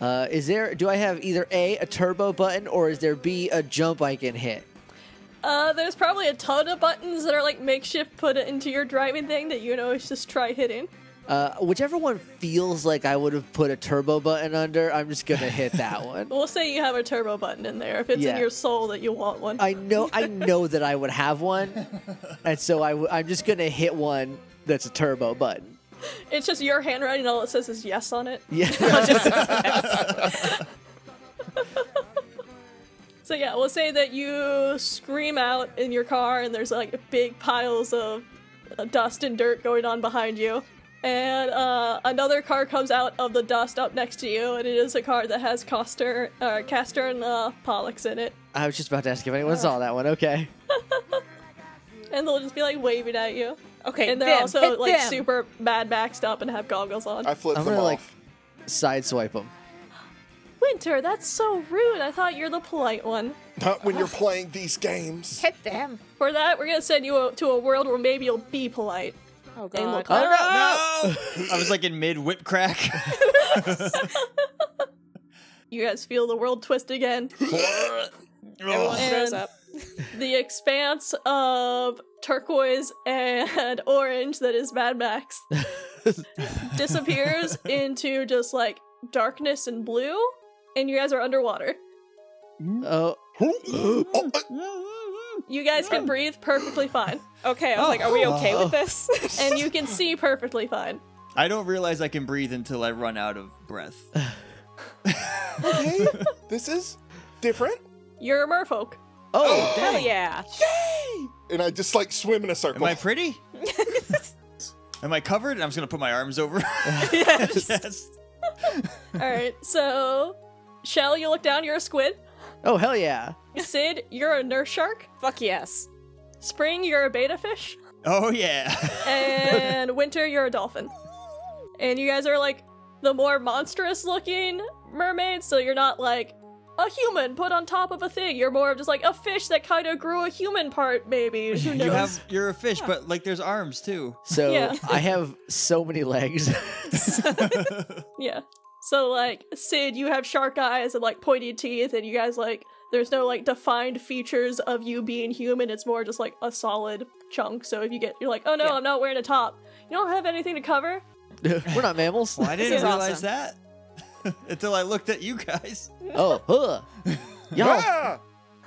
S5: Uh, is there? Do I have either a a turbo button or is there b a jump I can hit?
S2: Uh, there's probably a ton of buttons that are like makeshift put into your driving thing that you can always just try hitting.
S5: Uh, whichever one feels like I would have put a turbo button under, I'm just gonna hit
S4: (laughs)
S5: that one.
S2: We'll say you have a turbo button in there if it's in
S5: Yeah.
S2: your soul that you want one.
S5: I know, I know that I would have one, and so I w- I'm just gonna hit one that's a turbo button.
S2: It's just your handwriting. All it says is yes on it.
S5: Yeah.
S2: So yeah, we'll say that you scream out in your car, and there's like big piles of uh, dust and dirt going on behind you. And uh, another car comes out of the dust up next to you, and it is a car that has Coster, uh, Castor and uh, Pollux in it.
S5: (laughs) I was just about to ask if anyone saw that one. Okay.
S2: And they'll just be like waving at you.
S4: Okay.
S2: And they're
S4: them.
S2: also
S4: Hit
S2: like
S4: them.
S2: super bad maxed up and have goggles on.
S3: I flipped
S5: I'm
S3: them
S5: gonna
S3: off.
S5: like sideswipe them.
S2: Winter, that's so rude. I thought you're the polite one.
S3: Not when you're playing these games.
S4: Hit them.
S2: For that, we're gonna send you a- to a world where maybe you'll be polite.
S4: Oh
S2: And
S4: god.
S2: look like-
S1: I was like in mid whip
S3: (laughs)
S1: crack. (laughs)
S2: You guys feel the world twist again.
S4: Everyone
S1: Ugh.
S4: throws
S2: And-
S4: up.
S2: the expanse of turquoise and (laughs) orange that is Mad Max disappears into just like darkness and blue, and you guys are underwater.
S5: Oh,
S3: Oh, uh,
S2: You guys can breathe perfectly fine,
S4: Okay, I was
S1: Oh.
S4: like, are we okay
S1: Oh.
S4: with this? (laughs)
S2: and you can see perfectly fine.
S1: I don't realize I can breathe until I run out of breath.
S3: (laughs) okay, this is different.
S2: You're a merfolk.
S5: oh,
S4: Hell
S5: dang.
S4: yeah.
S3: And I just like swim in a
S1: Am
S3: circle.
S1: I pretty? Am I covered? And I'm just gonna put my arms over. (laughs) yes.
S2: All right, so Shell, you look down. You're a squid.
S5: Oh, hell yeah.
S2: Sid, you're a nurse shark.
S4: Fuck yes.
S2: Spring, you're a beta fish,
S1: Oh yeah.
S2: and Winter, you're a dolphin. And you guys are like the more monstrous looking mermaids, so you're not like a human put on top of a thing. You're more of just like a fish that kind of grew a human part, maybe. Who knows?
S1: you have you're a fish, but like there's arms too.
S5: So
S2: Yeah.
S5: I have so many legs. (laughs)
S2: Yeah. So like Sid, you have shark eyes and like pointed teeth, and you guys like there's no like defined features of you being human. It's more just like a solid chunk. So if you get you're like, oh no,
S4: Yeah.
S2: I'm not wearing a top. You don't have anything to cover.
S5: We're not mammals.
S1: Well, I
S4: This
S1: didn't
S4: is
S1: realize
S4: awesome.
S1: that (laughs) until I looked at you guys.
S5: Oh, huh.
S3: (laughs)
S5: Y'all.
S3: Ah!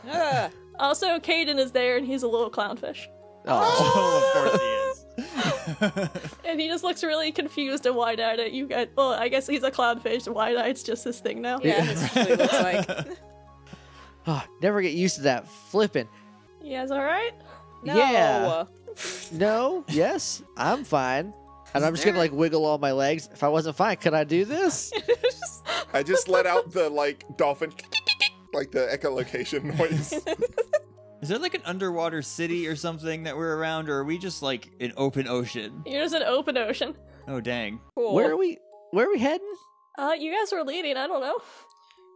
S4: Ugh.
S2: Also, Caden is there and he's a little clownfish,
S5: Oh.
S1: Oh, of course he is.
S2: and he just looks really confused and wide-eyed at you guys. Well, I guess he's a clownfish. Wide-eyed's just his thing now.
S4: Yeah, that's just what it looks like.
S5: Ah, never get used to that flipping.
S2: You guys all right?
S4: No.
S5: Yeah. No, yes, I'm fine. And I'm just gonna like wiggle all my legs. If I wasn't fine, could I do this?
S3: I just let out the like dolphin, like the (laughs) echolocation noise.
S1: Is there like an underwater city or something that we're around, or are we just like an open ocean?
S2: You're just an open ocean.
S1: Oh dang.
S4: Cool.
S5: Where are we? Where are we heading?
S2: Uh, you guys were leading. I don't know.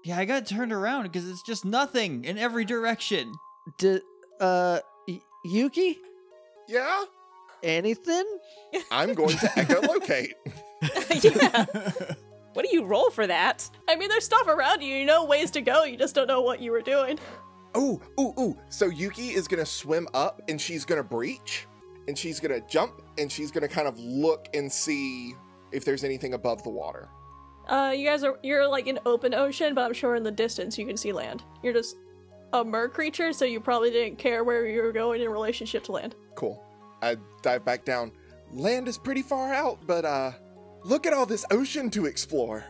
S1: Yeah, I got turned around because it's just nothing in every direction.
S5: D- uh, y- Yuki?
S3: yeah,
S5: Anything?
S3: I'm going to echolocate.
S4: (laughs)
S1: (laughs)
S4: yeah. What do you roll for that?
S2: I mean, there's stuff around you. You know ways to go. You just don't know what you were doing.
S3: Ooh, ooh, ooh. So Yuki is gonna swim up and she's gonna breach and she's gonna jump and she's gonna kind of look and see if there's anything above the water.
S2: Uh, you guys are you're like in open ocean, but I'm sure in the distance you can see land. You're just a mer creature, so you probably didn't care where you were going in relationship to land.
S3: Cool. I dive back down. Land is pretty far out, but uh look at all this ocean to explore.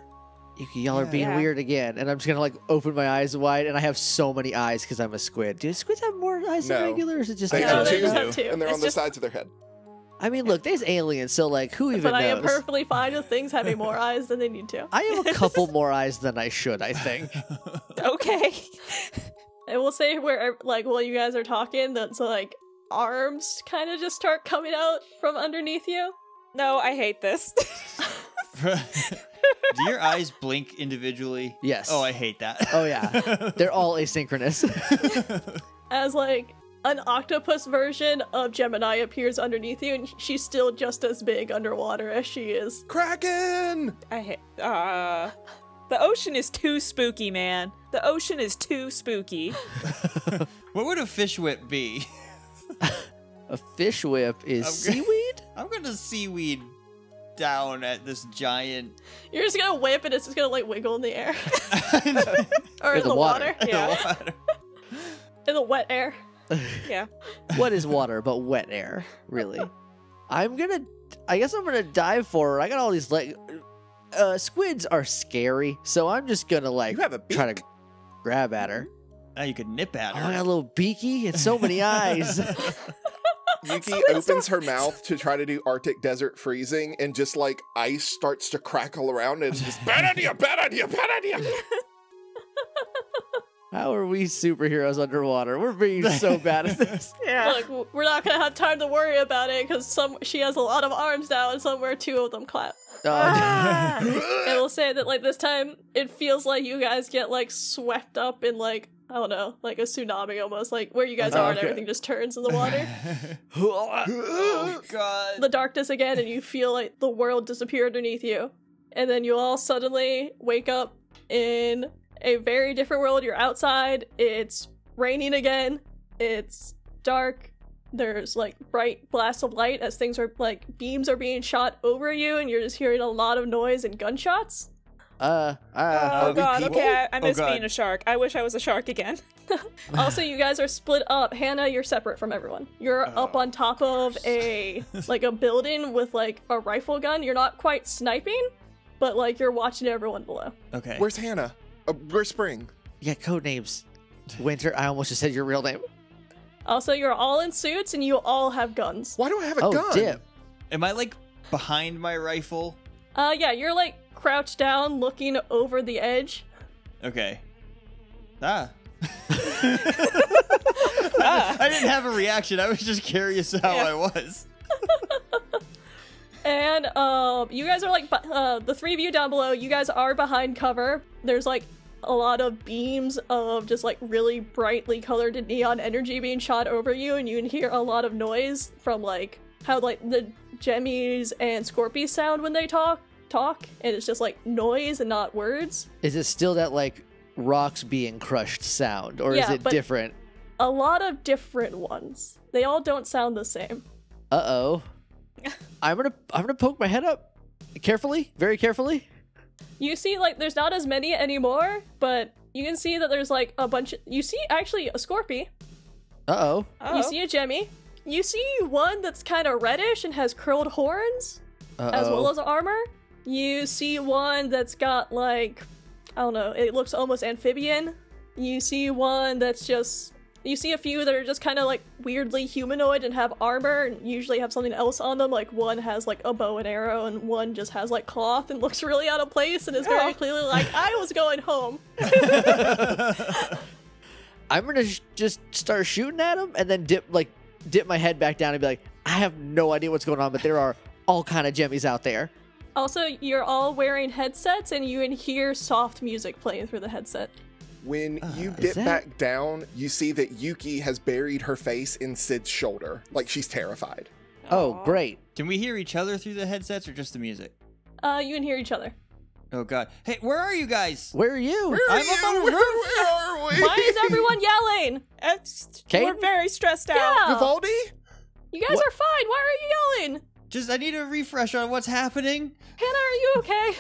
S5: Yuki, y'all are
S1: Yeah.
S5: being
S4: Yeah.
S5: weird again. And I'm just gonna like open my eyes wide, and I have so many eyes because I'm a squid. Do squids have more eyes than
S3: No.
S5: regular, or is it just
S3: They
S5: me?
S3: do
S2: no, they
S3: too.
S2: just have two.
S3: And they're
S4: It's
S3: on the
S4: just-
S3: sides of their head.
S5: I mean, look, there's aliens, so like, who even
S2: But I am
S5: knows?
S2: perfectly fine with things having more (laughs) eyes than they need to.
S5: I have
S2: (laughs)
S5: a couple more eyes than I should, I think.
S4: Okay. (laughs)
S2: And we'll say where like while you guys are talking, that's like arms kind of just start coming out from underneath you.
S4: No, I hate this. (laughs)
S1: (laughs) Do your eyes blink individually?
S5: Yes.
S1: Oh, I hate that.
S5: Oh, yeah. They're all asynchronous.
S2: as like an octopus version of Gemini appears underneath you, and she's still just as big underwater as she is.
S3: Kraken!
S4: I hate. Uh, the ocean is too spooky, man. The ocean is too spooky.
S1: (laughs) what would a fish whip be?
S5: a fish whip is
S1: I'm good.
S5: seaweed?
S1: I'm gonna seaweed down at this giant.
S2: You're just gonna whip, and it's just gonna like wiggle in the air or
S5: In
S2: in,
S5: the
S2: the,
S5: water.
S2: water.
S4: Yeah.
S2: in the wet air.
S4: Yeah.
S5: (laughs) what is water but wet air, really? I'm gonna. I guess I'm gonna dive for it. I got all these like. Uh, squids are scary, so I'm just gonna like
S3: You have a beak.
S5: try to grab at her.
S1: Now you could nip at
S5: Oh, I
S1: her.
S5: got a little beaky and so
S4: (laughs)
S5: many eyes.
S3: Yuki opens her mouth to try to do Arctic desert freezing, and just like ice starts to crackle around, and it's just bad idea, bad idea, bad idea.
S5: How are we superheroes underwater? We're being
S4: (laughs)
S5: so bad at this.
S4: Yeah.
S2: Look, w- we're not gonna have time to worry about it because some she has a lot of arms now, and somewhere two of them clap.
S5: (laughs) Oh,
S4: (laughs) Ah.
S2: And we'll say that like this time, it feels like you guys get like swept up in like I don't know, like a tsunami almost, like where you guys
S5: Oh,
S2: are and
S5: okay.
S2: everything just turns in the
S5: (laughs)
S2: water.
S1: (laughs)
S5: (gasps) Uh,
S1: oh god.
S2: the darkness again and you feel like the world disappear underneath you. And then you all suddenly wake up in a very different world. You're outside, it's raining again, it's dark. There's like bright blasts of light as things are like beams are being shot over you, and you're just hearing a lot of noise and gunshots.
S5: Uh, uh,
S4: Oh,
S1: we
S4: god,
S1: people?
S4: okay, I, I
S1: Oh,
S4: miss
S1: God.
S4: being a shark. I wish I was a shark again.
S2: also, you guys are split up. Hannah, you're separate from everyone. You're up on top of a like a building with like a rifle gun. You're not quite sniping, but like you're watching everyone below.
S1: Okay.
S3: Where's Hannah? Uh, where's Spring?
S5: yeah, code names. Winter. I almost just said your real name.
S2: Also, you're all in suits and you all have guns.
S3: Why do I have a
S5: Oh,
S3: gun?
S5: dip.
S1: Am I like behind my rifle?
S2: Uh, yeah, you're like crouched down, looking over the edge.
S1: Okay. Ah. (laughs)
S4: Ah.
S1: I didn't have a reaction. I was just curious how
S4: Yeah.
S1: I was.
S2: And um, you guys are like bu- uh, the three of you down below. You guys are behind cover. There's like a lot of beams of just like really brightly colored and neon energy being shot over you, and you can hear a lot of noise from like how like the Jemmys and Scorpies sound when they talk talk, and it's just like noise and not words.
S5: Is it still that like rocks being crushed sound, or is
S2: Yeah,
S5: it
S2: but-
S5: different?
S2: A lot of different ones. They all don't sound the same.
S5: Uh
S2: (laughs)
S5: oh. I'm gonna I'm gonna poke my head up carefully, very carefully.
S2: You see, like, there's not as many anymore, but you can see that there's like a bunch. you see, actually, a Scorpie.
S5: Uh oh.
S4: Oh.
S2: You see a Jemmy. You see one that's kind of reddish and has curled horns,
S5: Uh
S2: as well
S5: oh.
S2: as armor. You see one that's got like, I don't know, it looks almost amphibian. You see one that's just. You see a few that are just kind of like weirdly humanoid and have armor and usually have something else on them. Like one has like a bow and arrow and one just has like cloth and (laughs) looks really out of place and is very
S4: Oh.
S2: clearly like, I was going home.
S5: I'm gonna sh- just start shooting at him and then dip like dip my head back down and be like, I have no idea what's going on, but there are all kind of jemmies out there.
S2: Also, you're all wearing headsets and you can hear soft music playing through the headset.
S3: When you
S5: is
S3: dip
S5: that-
S3: back down, you see that Yuki has buried her face in Sid's shoulder. Like she's terrified.
S5: Oh,
S4: Aw.
S5: great.
S1: Can we hear each other through the headsets or just the music?
S2: Uh, you can hear
S1: (laughs)
S2: each other.
S1: Oh god. Hey, where are you guys?
S5: Where are you?
S1: I'm up on the roof.
S3: Where are we?
S2: Why is everyone yelling?
S4: That's-
S5: Kate?
S4: We're very stressed out.
S2: Yeah,
S3: Vivaldi?
S2: you guys
S5: What?
S2: are fine. Why are you yelling?
S1: Just I need a refresh on what's happening.
S2: Hannah, are you okay?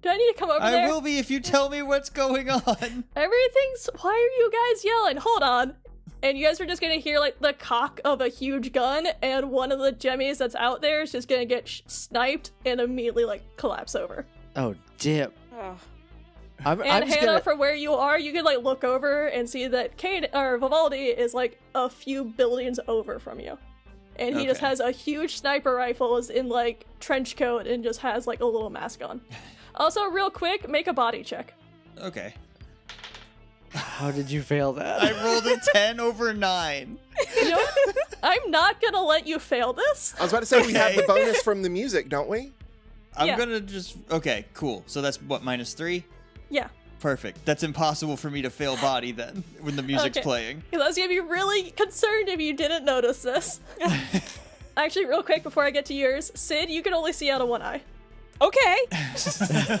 S2: Do I need to come over
S1: I
S2: there?
S1: will be if you tell me what's going (laughs) on.
S2: Everything's. Why are you guys yelling? Hold on. And you guys are just gonna hear like the cock of a huge gun, and one of the jemmies that's out there is just gonna get sh- sniped and immediately like collapse over.
S5: Oh dip.
S4: Oh.
S5: I'm,
S2: And
S5: I'm just
S2: Hannah,
S5: gonna
S2: from where you are, you can like look over and see that Cade or Vivaldi is like a few buildings over from you, and he just
S1: Okay.
S2: has a huge sniper rifle, is in like trench coat, and just has like a little mask
S5: (laughs)
S2: on. also, real quick, make a body check.
S1: Okay.
S5: How did you fail that?
S1: I rolled
S2: (laughs)
S1: a 10 over 9.
S2: You know,
S5: (laughs)
S2: what? I'm not gonna let you fail this.
S3: I was about to say we have the
S1: Okay.
S3: bonus from the music, don't we?
S1: I'm
S2: Yeah.
S1: going to just Okay, cool. So that's what minus 3.
S2: Yeah,
S1: Perfect. That's impossible for me to fail body then when the music's
S2: Okay.
S1: playing.
S2: because I was gonna be really concerned if you didn't notice
S5: (laughs)
S2: this. Actually, real quick before I get to yours, Sid, you can only see out of one eye.
S4: Okay.
S5: (laughs)
S4: (laughs)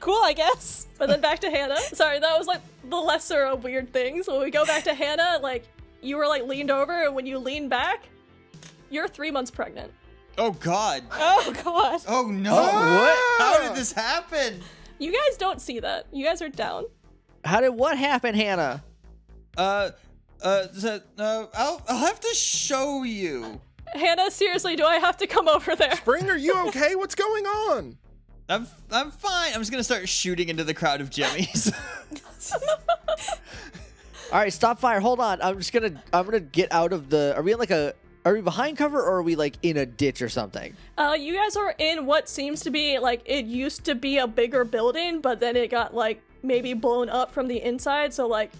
S4: cool, I guess.
S2: But then back to Hannah. Sorry, that was like the lesser of weird things. When we go back to Hannah, like you were like leaned over, and when you lean back, you're three months pregnant.
S1: Oh god.
S4: Oh god.
S5: (laughs)
S1: Oh no.
S5: Oh,
S1: How did this happen?
S2: You guys don't see that. You guys are down.
S5: How did what happen, Hannah?
S1: Uh uh, so, uh I'll I'll have to show you.
S2: Hannah, seriously, do I have to come over there?
S3: Spring, are you okay? What's going on?
S1: I'm I'm fine. I'm just going to start shooting into the crowd of (laughs) jemmies.
S5: All right, stop fire. Hold on. I'm just gonna. I'm gonna get out of the. Are we in like a? Are we behind cover or are we like in a ditch or something?
S2: Uh, you guys are in what seems to be like it used to be a bigger building, but then it got like maybe blown up from the inside. So like,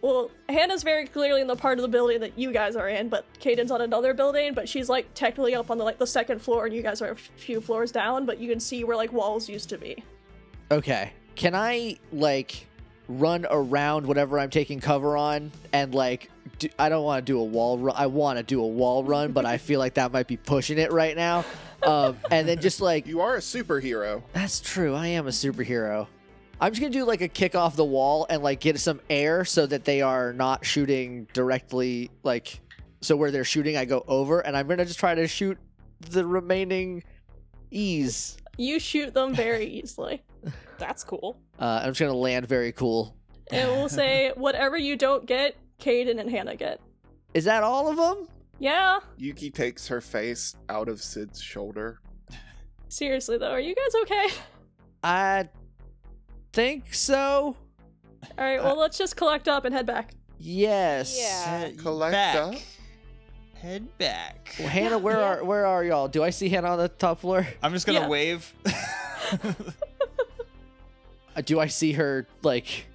S2: well, Hannah's very clearly in the part of the building that you guys are in, but Caden's on another building. But she's like technically up on the like the second floor, and you guys are a few floors down. But you can see where like walls used to be.
S5: Okay. Can I like run around whatever I'm taking cover on and like? Do, I don't want to do a wall run. I want to do a wall run, but I feel like that might be pushing it right now. Um, and then just like
S3: You are a superhero.
S5: that's true. I am a superhero. I'm just gonna do like a kick off the wall and like get some air so that they are not shooting directly like so where they're shooting I go over and I'm gonna just try to shoot the remaining ease.
S2: You shoot them very easily.
S4: That's cool.
S5: Uh, I'm just gonna land very cool.
S2: And we'll say whatever you don't get, Caden and Hannah get.
S5: Is that all of them?
S2: Yeah.
S3: Yuki takes her face out of Sid's
S1: (laughs)
S3: shoulder.
S2: Seriously though, are you guys okay? (laughs)
S5: I think so.
S2: All right. Well, let's just collect up and head back.
S5: Yes.
S4: Yeah.
S1: Head
S3: Collect
S1: back.
S3: up.
S1: Head back.
S5: Well, Hannah, where
S4: Yeah.
S5: are where are y'all? Do I see Hannah on the top floor?
S1: I'm just gonna
S2: Yeah.
S1: wave. (laughs)
S5: Uh, Do I see her like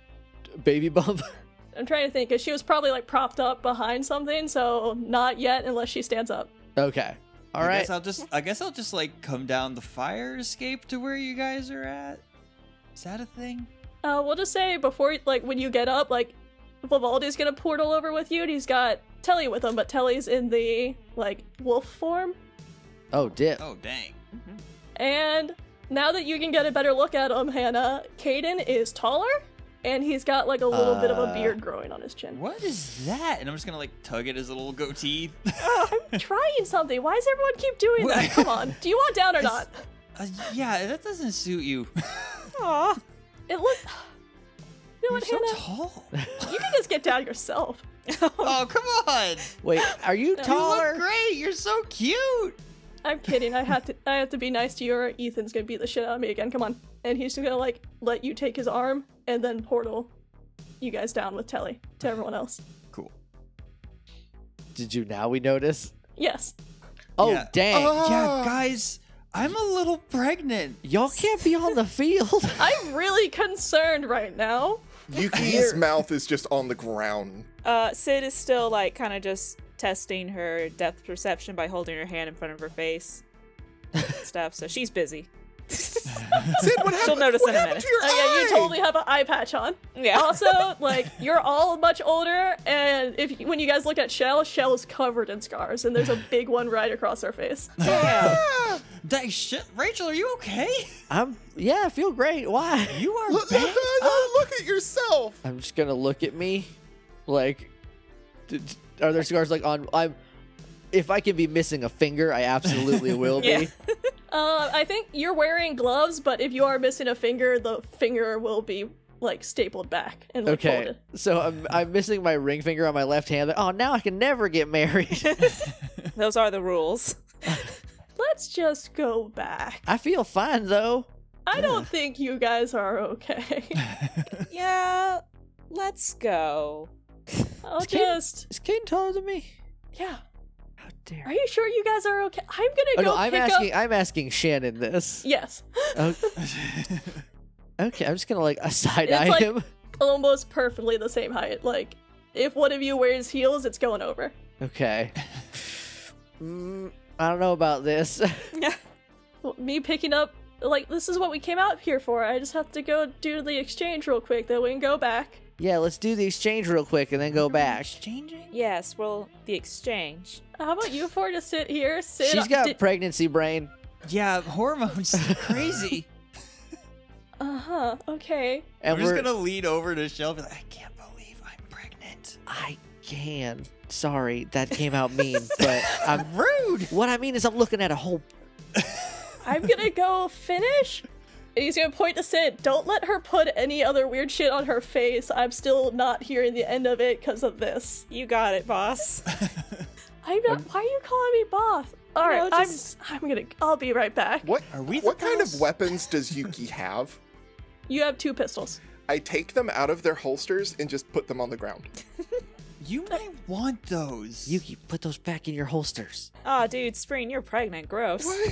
S5: baby bump? (laughs)
S2: I'm trying to think, 'cause she was probably like propped up behind something, so not yet unless she stands up.
S5: okay. All
S1: I
S5: right.
S1: Guess I'll just. I guess I'll just like come down the fire escape to where you guys are at. Is that a thing?
S2: Uh, we'll just say before, like, when you get up, like, Vivaldi's gonna portal over with you, and he's got Telly with him, but Telly's in the, like, wolf form.
S5: oh dip.
S1: Oh dang.
S2: And now that you can get a better look at him, Hannah, Caden is taller, and he's got, like, a little bit of a
S5: Uh,
S2: beard growing on his chin.
S1: What is that? And I'm just gonna like tug at his little goatee. (laughs) Oh.
S2: Trying something. Why does everyone keep doing that? Come on. Do you
S1: (laughs)
S2: want down or not?
S1: Uh, yeah, that doesn't suit you. (laughs)
S4: Aw.
S2: It looks. (sighs) You know
S1: You're
S2: what,
S1: so
S2: Hannah?
S1: tall.
S2: you can just get down yourself.
S1: oh come on!
S5: Wait, are
S4: (laughs)
S5: you
S2: No.
S1: You
S5: taller?
S1: look great. You're so cute.
S2: I'm kidding. I have to. I have to be nice to you, or Ethan's gonna beat the shit out of me again. Come on. And he's just gonna like let you take his arm and then portal you guys down with Telly to everyone else.
S1: Cool.
S5: Did you now we notice?
S2: Yes.
S5: Oh
S1: Yeah.
S5: dang.
S1: Yeah,
S3: Ah.
S1: guys, I'm a little pregnant.
S5: Y'all can't be on the field. (laughs)
S2: I'm really concerned right now.
S3: Yuki's mouth is just on the ground.
S4: Uh, Sid is still like kind of just testing her depth perception by holding her hand in front of her face, and stuff. So she's busy.
S3: (laughs) Sid, what happened?
S4: She'll notice
S3: what
S4: in a
S3: happened
S4: minute.
S3: to your
S2: Oh yeah,
S3: eye?
S2: you totally have an eye patch on.
S4: Yeah.
S2: Also, like you're all much older, and if when you guys look at Shell, Shell is covered in scars, and there's a big one right across her face.
S4: Damn.
S3: Ah,
S1: Dang shit, Rachel, are you okay?
S5: I'm yeah, I feel great. Why?
S1: You are
S3: look,
S1: back.
S3: look, look, look at yourself.
S5: I'm just gonna look at me, like, d- d- are there scars like on? I'm, if I can be missing a finger,
S1: (laughs)
S5: I absolutely will be.
S4: Yeah.
S2: Uh, I think you're wearing gloves, but if you are missing a finger, the finger will be like stapled back and like,
S5: Okay,
S2: folded.
S5: so I'm I'm missing my ring finger on my left hand. Like, oh, now I can never get
S2: (laughs)
S5: married. (laughs)
S4: Those are the rules.
S2: Let's just go back.
S5: I feel fine though.
S2: I don't think you guys are
S5: (laughs)
S2: okay.
S4: Yeah. Let's go.
S2: I'll
S5: It's Kate-
S2: just
S5: Is Caden taller than me?
S2: yeah.
S5: How dare!
S2: Are you sure you guys are okay? I'm gonna
S5: Oh
S2: go
S5: no, I'm
S2: pick
S5: asking.
S2: up.
S5: I'm asking
S2: (laughs)
S5: Shannon this.
S2: Yes,
S5: Oh, okay, I'm just gonna like side eye
S2: like-
S5: him.
S2: almost perfectly the same height. Like, if one of you wears heels, it's going over.
S5: Okay. Mm, I don't know about this. (laughs)
S2: Well, Me picking up like this is what we came out here for. I just have to go do the exchange real quick. Then we can go back.
S5: yeah, let's do the exchange real quick and then (laughs) go back.
S1: Exchanging?
S4: Yes. Well, the exchange.
S2: How about you four just sit here? Sit.
S5: She's got
S2: did-
S5: pregnancy brain.
S1: Yeah, hormones. (laughs) Crazy.
S2: Uh huh. Okay.
S5: And
S1: I'm just
S5: we're,
S1: gonna lean over to Shelby. Like, I can't believe I'm pregnant.
S5: I can. Sorry, that came out mean, but I'm.
S2: (laughs)
S1: Rude.
S5: What I mean is, I'm looking at a whole.
S2: I'm gonna go finish. And he's gonna point to Sid. Don't let her put any other weird shit on her face. I'm still not hearing the end of it because of this.
S4: You got
S3: (laughs)
S4: it, boss.
S2: I'm not. Why are you calling me boss? All right,
S4: No, just-
S2: I'm. I'm gonna. I'll be right back.
S3: What?
S1: Are we the
S3: what kind of
S1: boss? (laughs)
S3: weapons does Yuki have?
S2: You have two pistols.
S3: I take them out of their holsters and just put them on
S1: (laughs)
S3: the ground.
S1: You might want those.
S5: Yuki, put those back in your holsters.
S4: Aw, dude, Spring, you're pregnant. Gross.
S3: Why?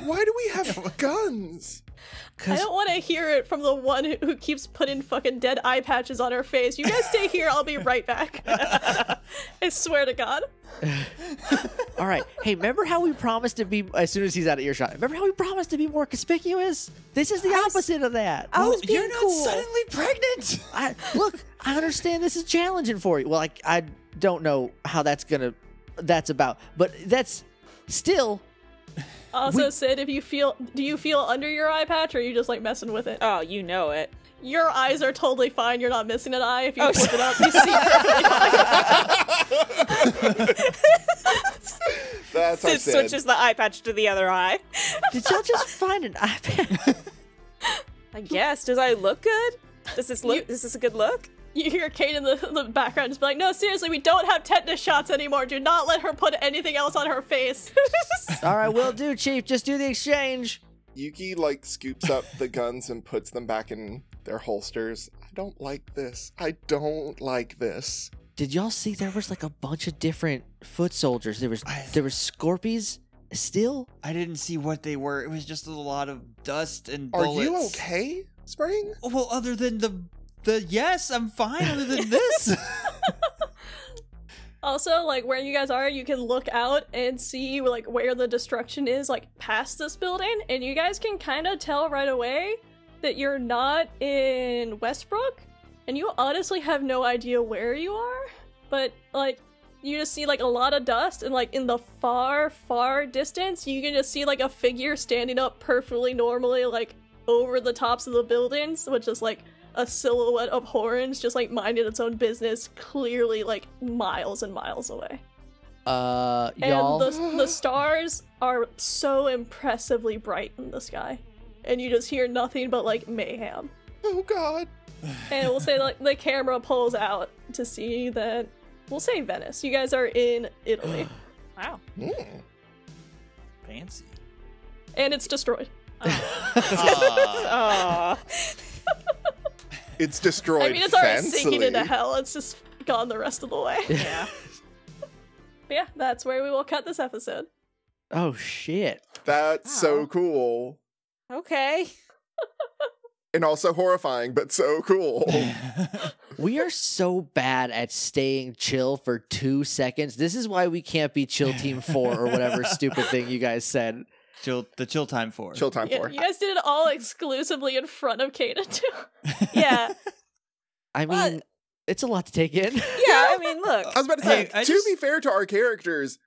S3: Why do we
S1: (laughs)
S3: have guns?
S2: I
S5: Cause
S2: don't want to hear it from the one who, who keeps putting fucking dead eye patches on her face. You guys stay here. I'll be right back. (laughs) I swear to God.
S5: all right, hey, remember how we promised to be as soon as he's out of earshot. Remember how we promised to be more conspicuous? This is the opposite of that.
S4: I was being
S1: You're not
S4: cool.
S1: suddenly pregnant.
S5: I, look, I understand this is challenging for you. Well, I, I don't know how that's gonna. That's about, but that's still
S2: Also,
S5: We-
S2: Sid, if you feel, do you feel under your eye patch, or are you just like messing with it?
S4: Oh, you know it.
S2: Your eyes are totally fine. You're not missing an eye. If you
S4: Oh,
S2: flip it up, you see.
S3: That's our Sid.
S4: Sid (laughs) switches the eye patch to the other eye.
S5: Did y'all just find an iPad?
S4: I guess. Does I look good? Does this look? is this a good look?
S2: (laughs) You hear Kate in the, the background just be like, no, seriously, we don't have tetanus shots anymore. Do not let her put anything else on her face.
S5: All right, will do, Chief. Just do the exchange.
S3: Yuki like scoops up the guns and puts them back in their holsters. I don't like this. I don't like this.
S5: Did y'all see there was like a bunch of different foot soldiers? There was
S1: I-
S5: there was scorpies still.
S1: I didn't see what they were. It was just a lot of dust and
S3: Are
S1: bullets.
S3: you okay, Spring?
S1: Oh, Well, other than the the yes, I'm fine. Other (laughs) than this,
S2: also, like where you guys are, you can look out and see like where the destruction is, like past this building, and you guys can kind of tell right away that you're not in Westbrook, and you honestly have no idea where you are. But like, you just see like a lot of dust, and like in the far, far distance, you can just see like a figure standing up perfectly normally, like over the tops of the buildings, which is like a silhouette of Horns just like minding its own business, clearly like miles and miles away.
S5: Uh,
S2: And
S5: y'all.
S2: the, the stars are so impressively bright in the sky. And you just hear nothing but like mayhem.
S3: Oh God.
S2: And we'll say like the camera pulls out to see that we'll say Venice. You guys are in Italy.
S4: Wow.
S3: Mm.
S1: fancy.
S2: and it's destroyed.
S1: Ah,
S3: (laughs)
S4: Oh.
S3: It's destroyed.
S2: I mean it's already sinking
S3: fancily.
S2: into hell, it's just gone the rest of the way. but
S4: Yeah.
S2: yeah, that's where we will cut this episode.
S5: oh shit.
S3: That's so
S4: Wow.
S3: cool.
S5: (laughs)
S4: Okay.
S3: And also horrifying, but so cool.
S5: We are so bad at staying chill for two seconds. This is why we can't be chill team four or (laughs) whatever stupid thing you guys said.
S1: chill the chill time for
S3: Chill time
S2: Yeah,
S3: for.
S2: you guys did it all exclusively in front of Kata too. (laughs)
S4: Yeah.
S5: I mean,
S4: Well-
S5: it's a lot to take in.
S4: Yeah. I mean, look.
S3: I was about to say,
S1: Hey, I
S3: to
S1: just-
S3: be fair to our characters,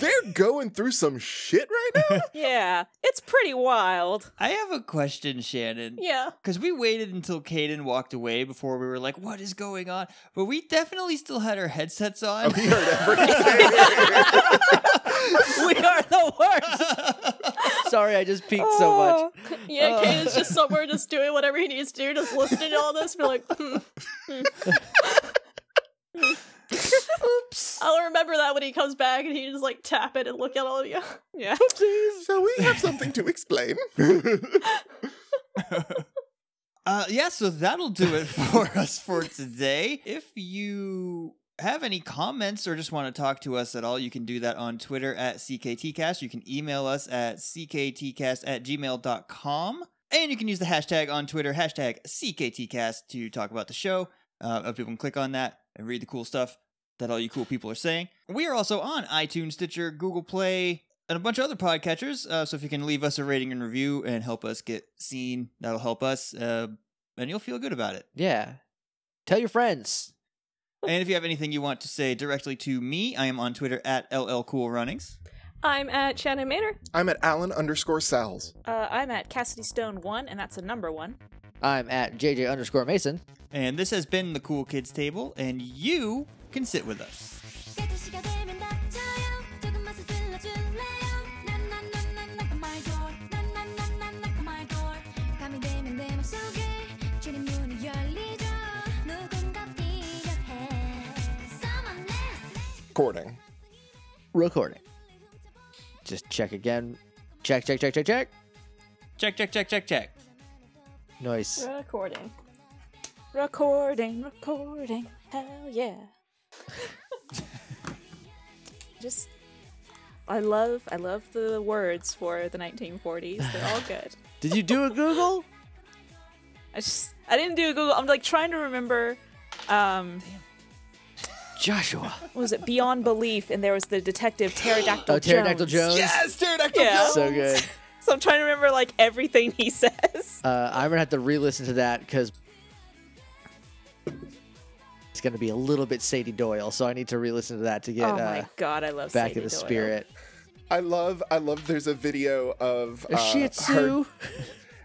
S3: they're going through some shit right
S4: (laughs)
S3: now.
S4: Yeah. It's pretty wild.
S1: I have a question, Shannon.
S2: Yeah.
S1: (laughs) Because we waited until Caden walked away before we were like, what is going on? But we definitely still had our headsets on.
S3: We heard everything.
S5: (laughs) we are the worst. (laughs) Sorry, I just peeked so much.
S2: Yeah,
S5: Uh.
S2: Kate is just somewhere just doing whatever he needs to do, just listening to all this and be like, hmm, hmm, hmm. (laughs) I'll remember that when he comes back and he just like tap it and look at all of you.
S4: Yeah.
S3: so we have something to explain.
S1: Uh, yeah, so that'll do it for (laughs) us for today. If you have any comments or just want to talk to us at all, you can do that on Twitter at CKTcast. You can email us at CKTcast at gmail.com. And you can use the hashtag on Twitter, hashtag CKTcast, to talk about the show. Uh, other people can click on that and read the cool stuff that all you cool people are saying. We are also on iTunes, Stitcher, Google Play, and a bunch of other podcatchers. Uh, so if you can leave us a rating and review and help us get seen, that'll help us, uh, and you'll feel good (laughs) about it.
S5: Yeah. Tell your friends.
S1: and if you have anything you want to say directly to me, I am on Twitter at llcoolrunnings.
S2: I'm at Shannon Manor.
S3: (laughs) I'm at Alan underscore Sal's.
S4: Uh, I'm at Cassidy Stone one, and that's a number one.
S5: I'm at JJ underscore Mason.
S1: And this has been the Cool Kids Table, and you can sit with us.
S6: 깨끗이가 되면 닥쳐요 조금만 서둘러 줄래요 난난난난 knock on my door 난난난난 knock on my door 밤이 되면 내 맘속에 주린 문이 열리죠 누군가 필요해 Someone else
S3: Recording.
S5: Recording. Just check again. Check, check, check, check, check.
S1: Check, check, check, check, check.
S5: Nice.
S2: Recording.
S4: Recording, recording. Hell yeah. (laughs) Just, I love, I love the words for the 1940s. They're all
S5: (laughs)
S4: good.
S5: Did you do a (laughs) Google?
S4: I just, I didn't do a Google. I'm like trying to remember. Um,
S5: Joshua.
S4: what was it Beyond Belief? And there was the detective Pterodactyl.
S5: (gasps) Oh, Pterodactyl Jones.
S3: Yes, dude, I can
S4: Yeah.
S5: So good.
S4: So I'm trying to remember like everything he (laughs) says.
S5: Uh, I'm going to have to re listen to that because it's going to be a little bit Sadie Doyle. So I need to re listen to that to get
S4: oh my
S5: uh,
S4: god, I love
S5: back
S4: Sadie
S5: in the
S4: Doyle.
S5: spirit.
S3: I love, I love. There's a video of uh,
S5: A Shih Tzu.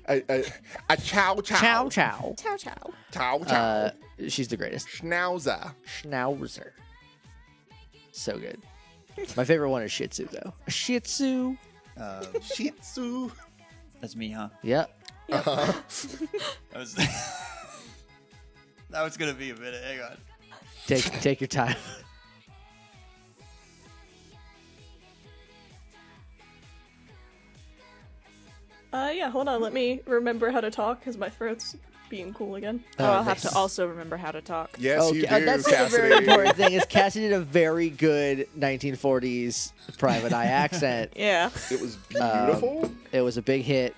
S3: a, a, a chow chow
S5: Chow, chow.
S4: Chow chow.
S3: chow chow
S5: Uh, she's the greatest.
S3: schnauzer.
S5: Schnauzer. So good. My favorite one is Shih Tzu, though. Shih Tzu.
S1: Uh,
S3: Shih Tzu.
S1: that's me, huh?
S5: Yep.
S3: Uh-huh.
S1: That was (laughs) that was gonna be a minute. Hang on.
S5: Take take
S3: (laughs)
S5: your time.
S2: Uh, yeah, hold on. Let me remember how to talk because my throat's being cool again.
S4: Oh, I'll have
S5: nice.
S4: to also remember how to talk.
S3: Yes,
S5: Okay,
S3: you do,
S5: uh, that's another
S3: Cassidy.
S5: very important
S3: (laughs)
S5: thing. Is Cassie did a very good 1940s private eye accent.
S4: Yeah. (laughs)
S3: It was
S5: Um,
S3: beautiful.
S5: It was a big hit.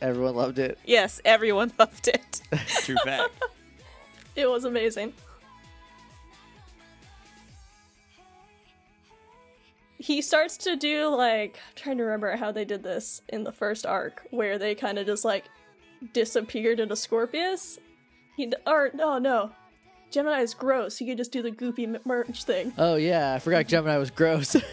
S5: Everyone loved it.
S4: Yes, everyone
S5: (laughs)
S4: loved it.
S1: True fact.
S2: It was amazing. He starts to do like I'm trying to remember how they did this in the first arc, where they kind of just like disappeared into Scorpius. He d- or no no, Gemini is gross. He could just do the goopy m- merch thing.
S5: Oh yeah, I forgot Gemini was gross. (laughs)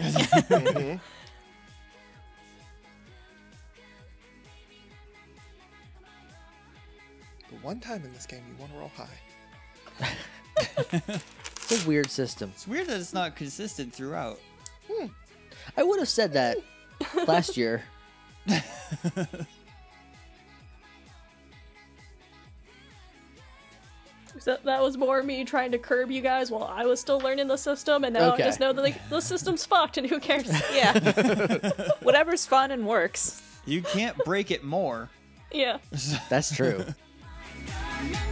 S3: But one time in this game, you want to roll high.
S5: it's a weird system.
S1: It's weird that it's not consistent throughout.
S5: I would have said that last year.
S2: So that was more me trying to curb you guys while I was still learning the system, and now
S5: Okay.
S2: I just know that like, the system's fucked, and who cares?
S4: Yeah. Whatever's fun and works.
S1: You can't break it more.
S2: (laughs) yeah.
S5: That's true.
S6: Nana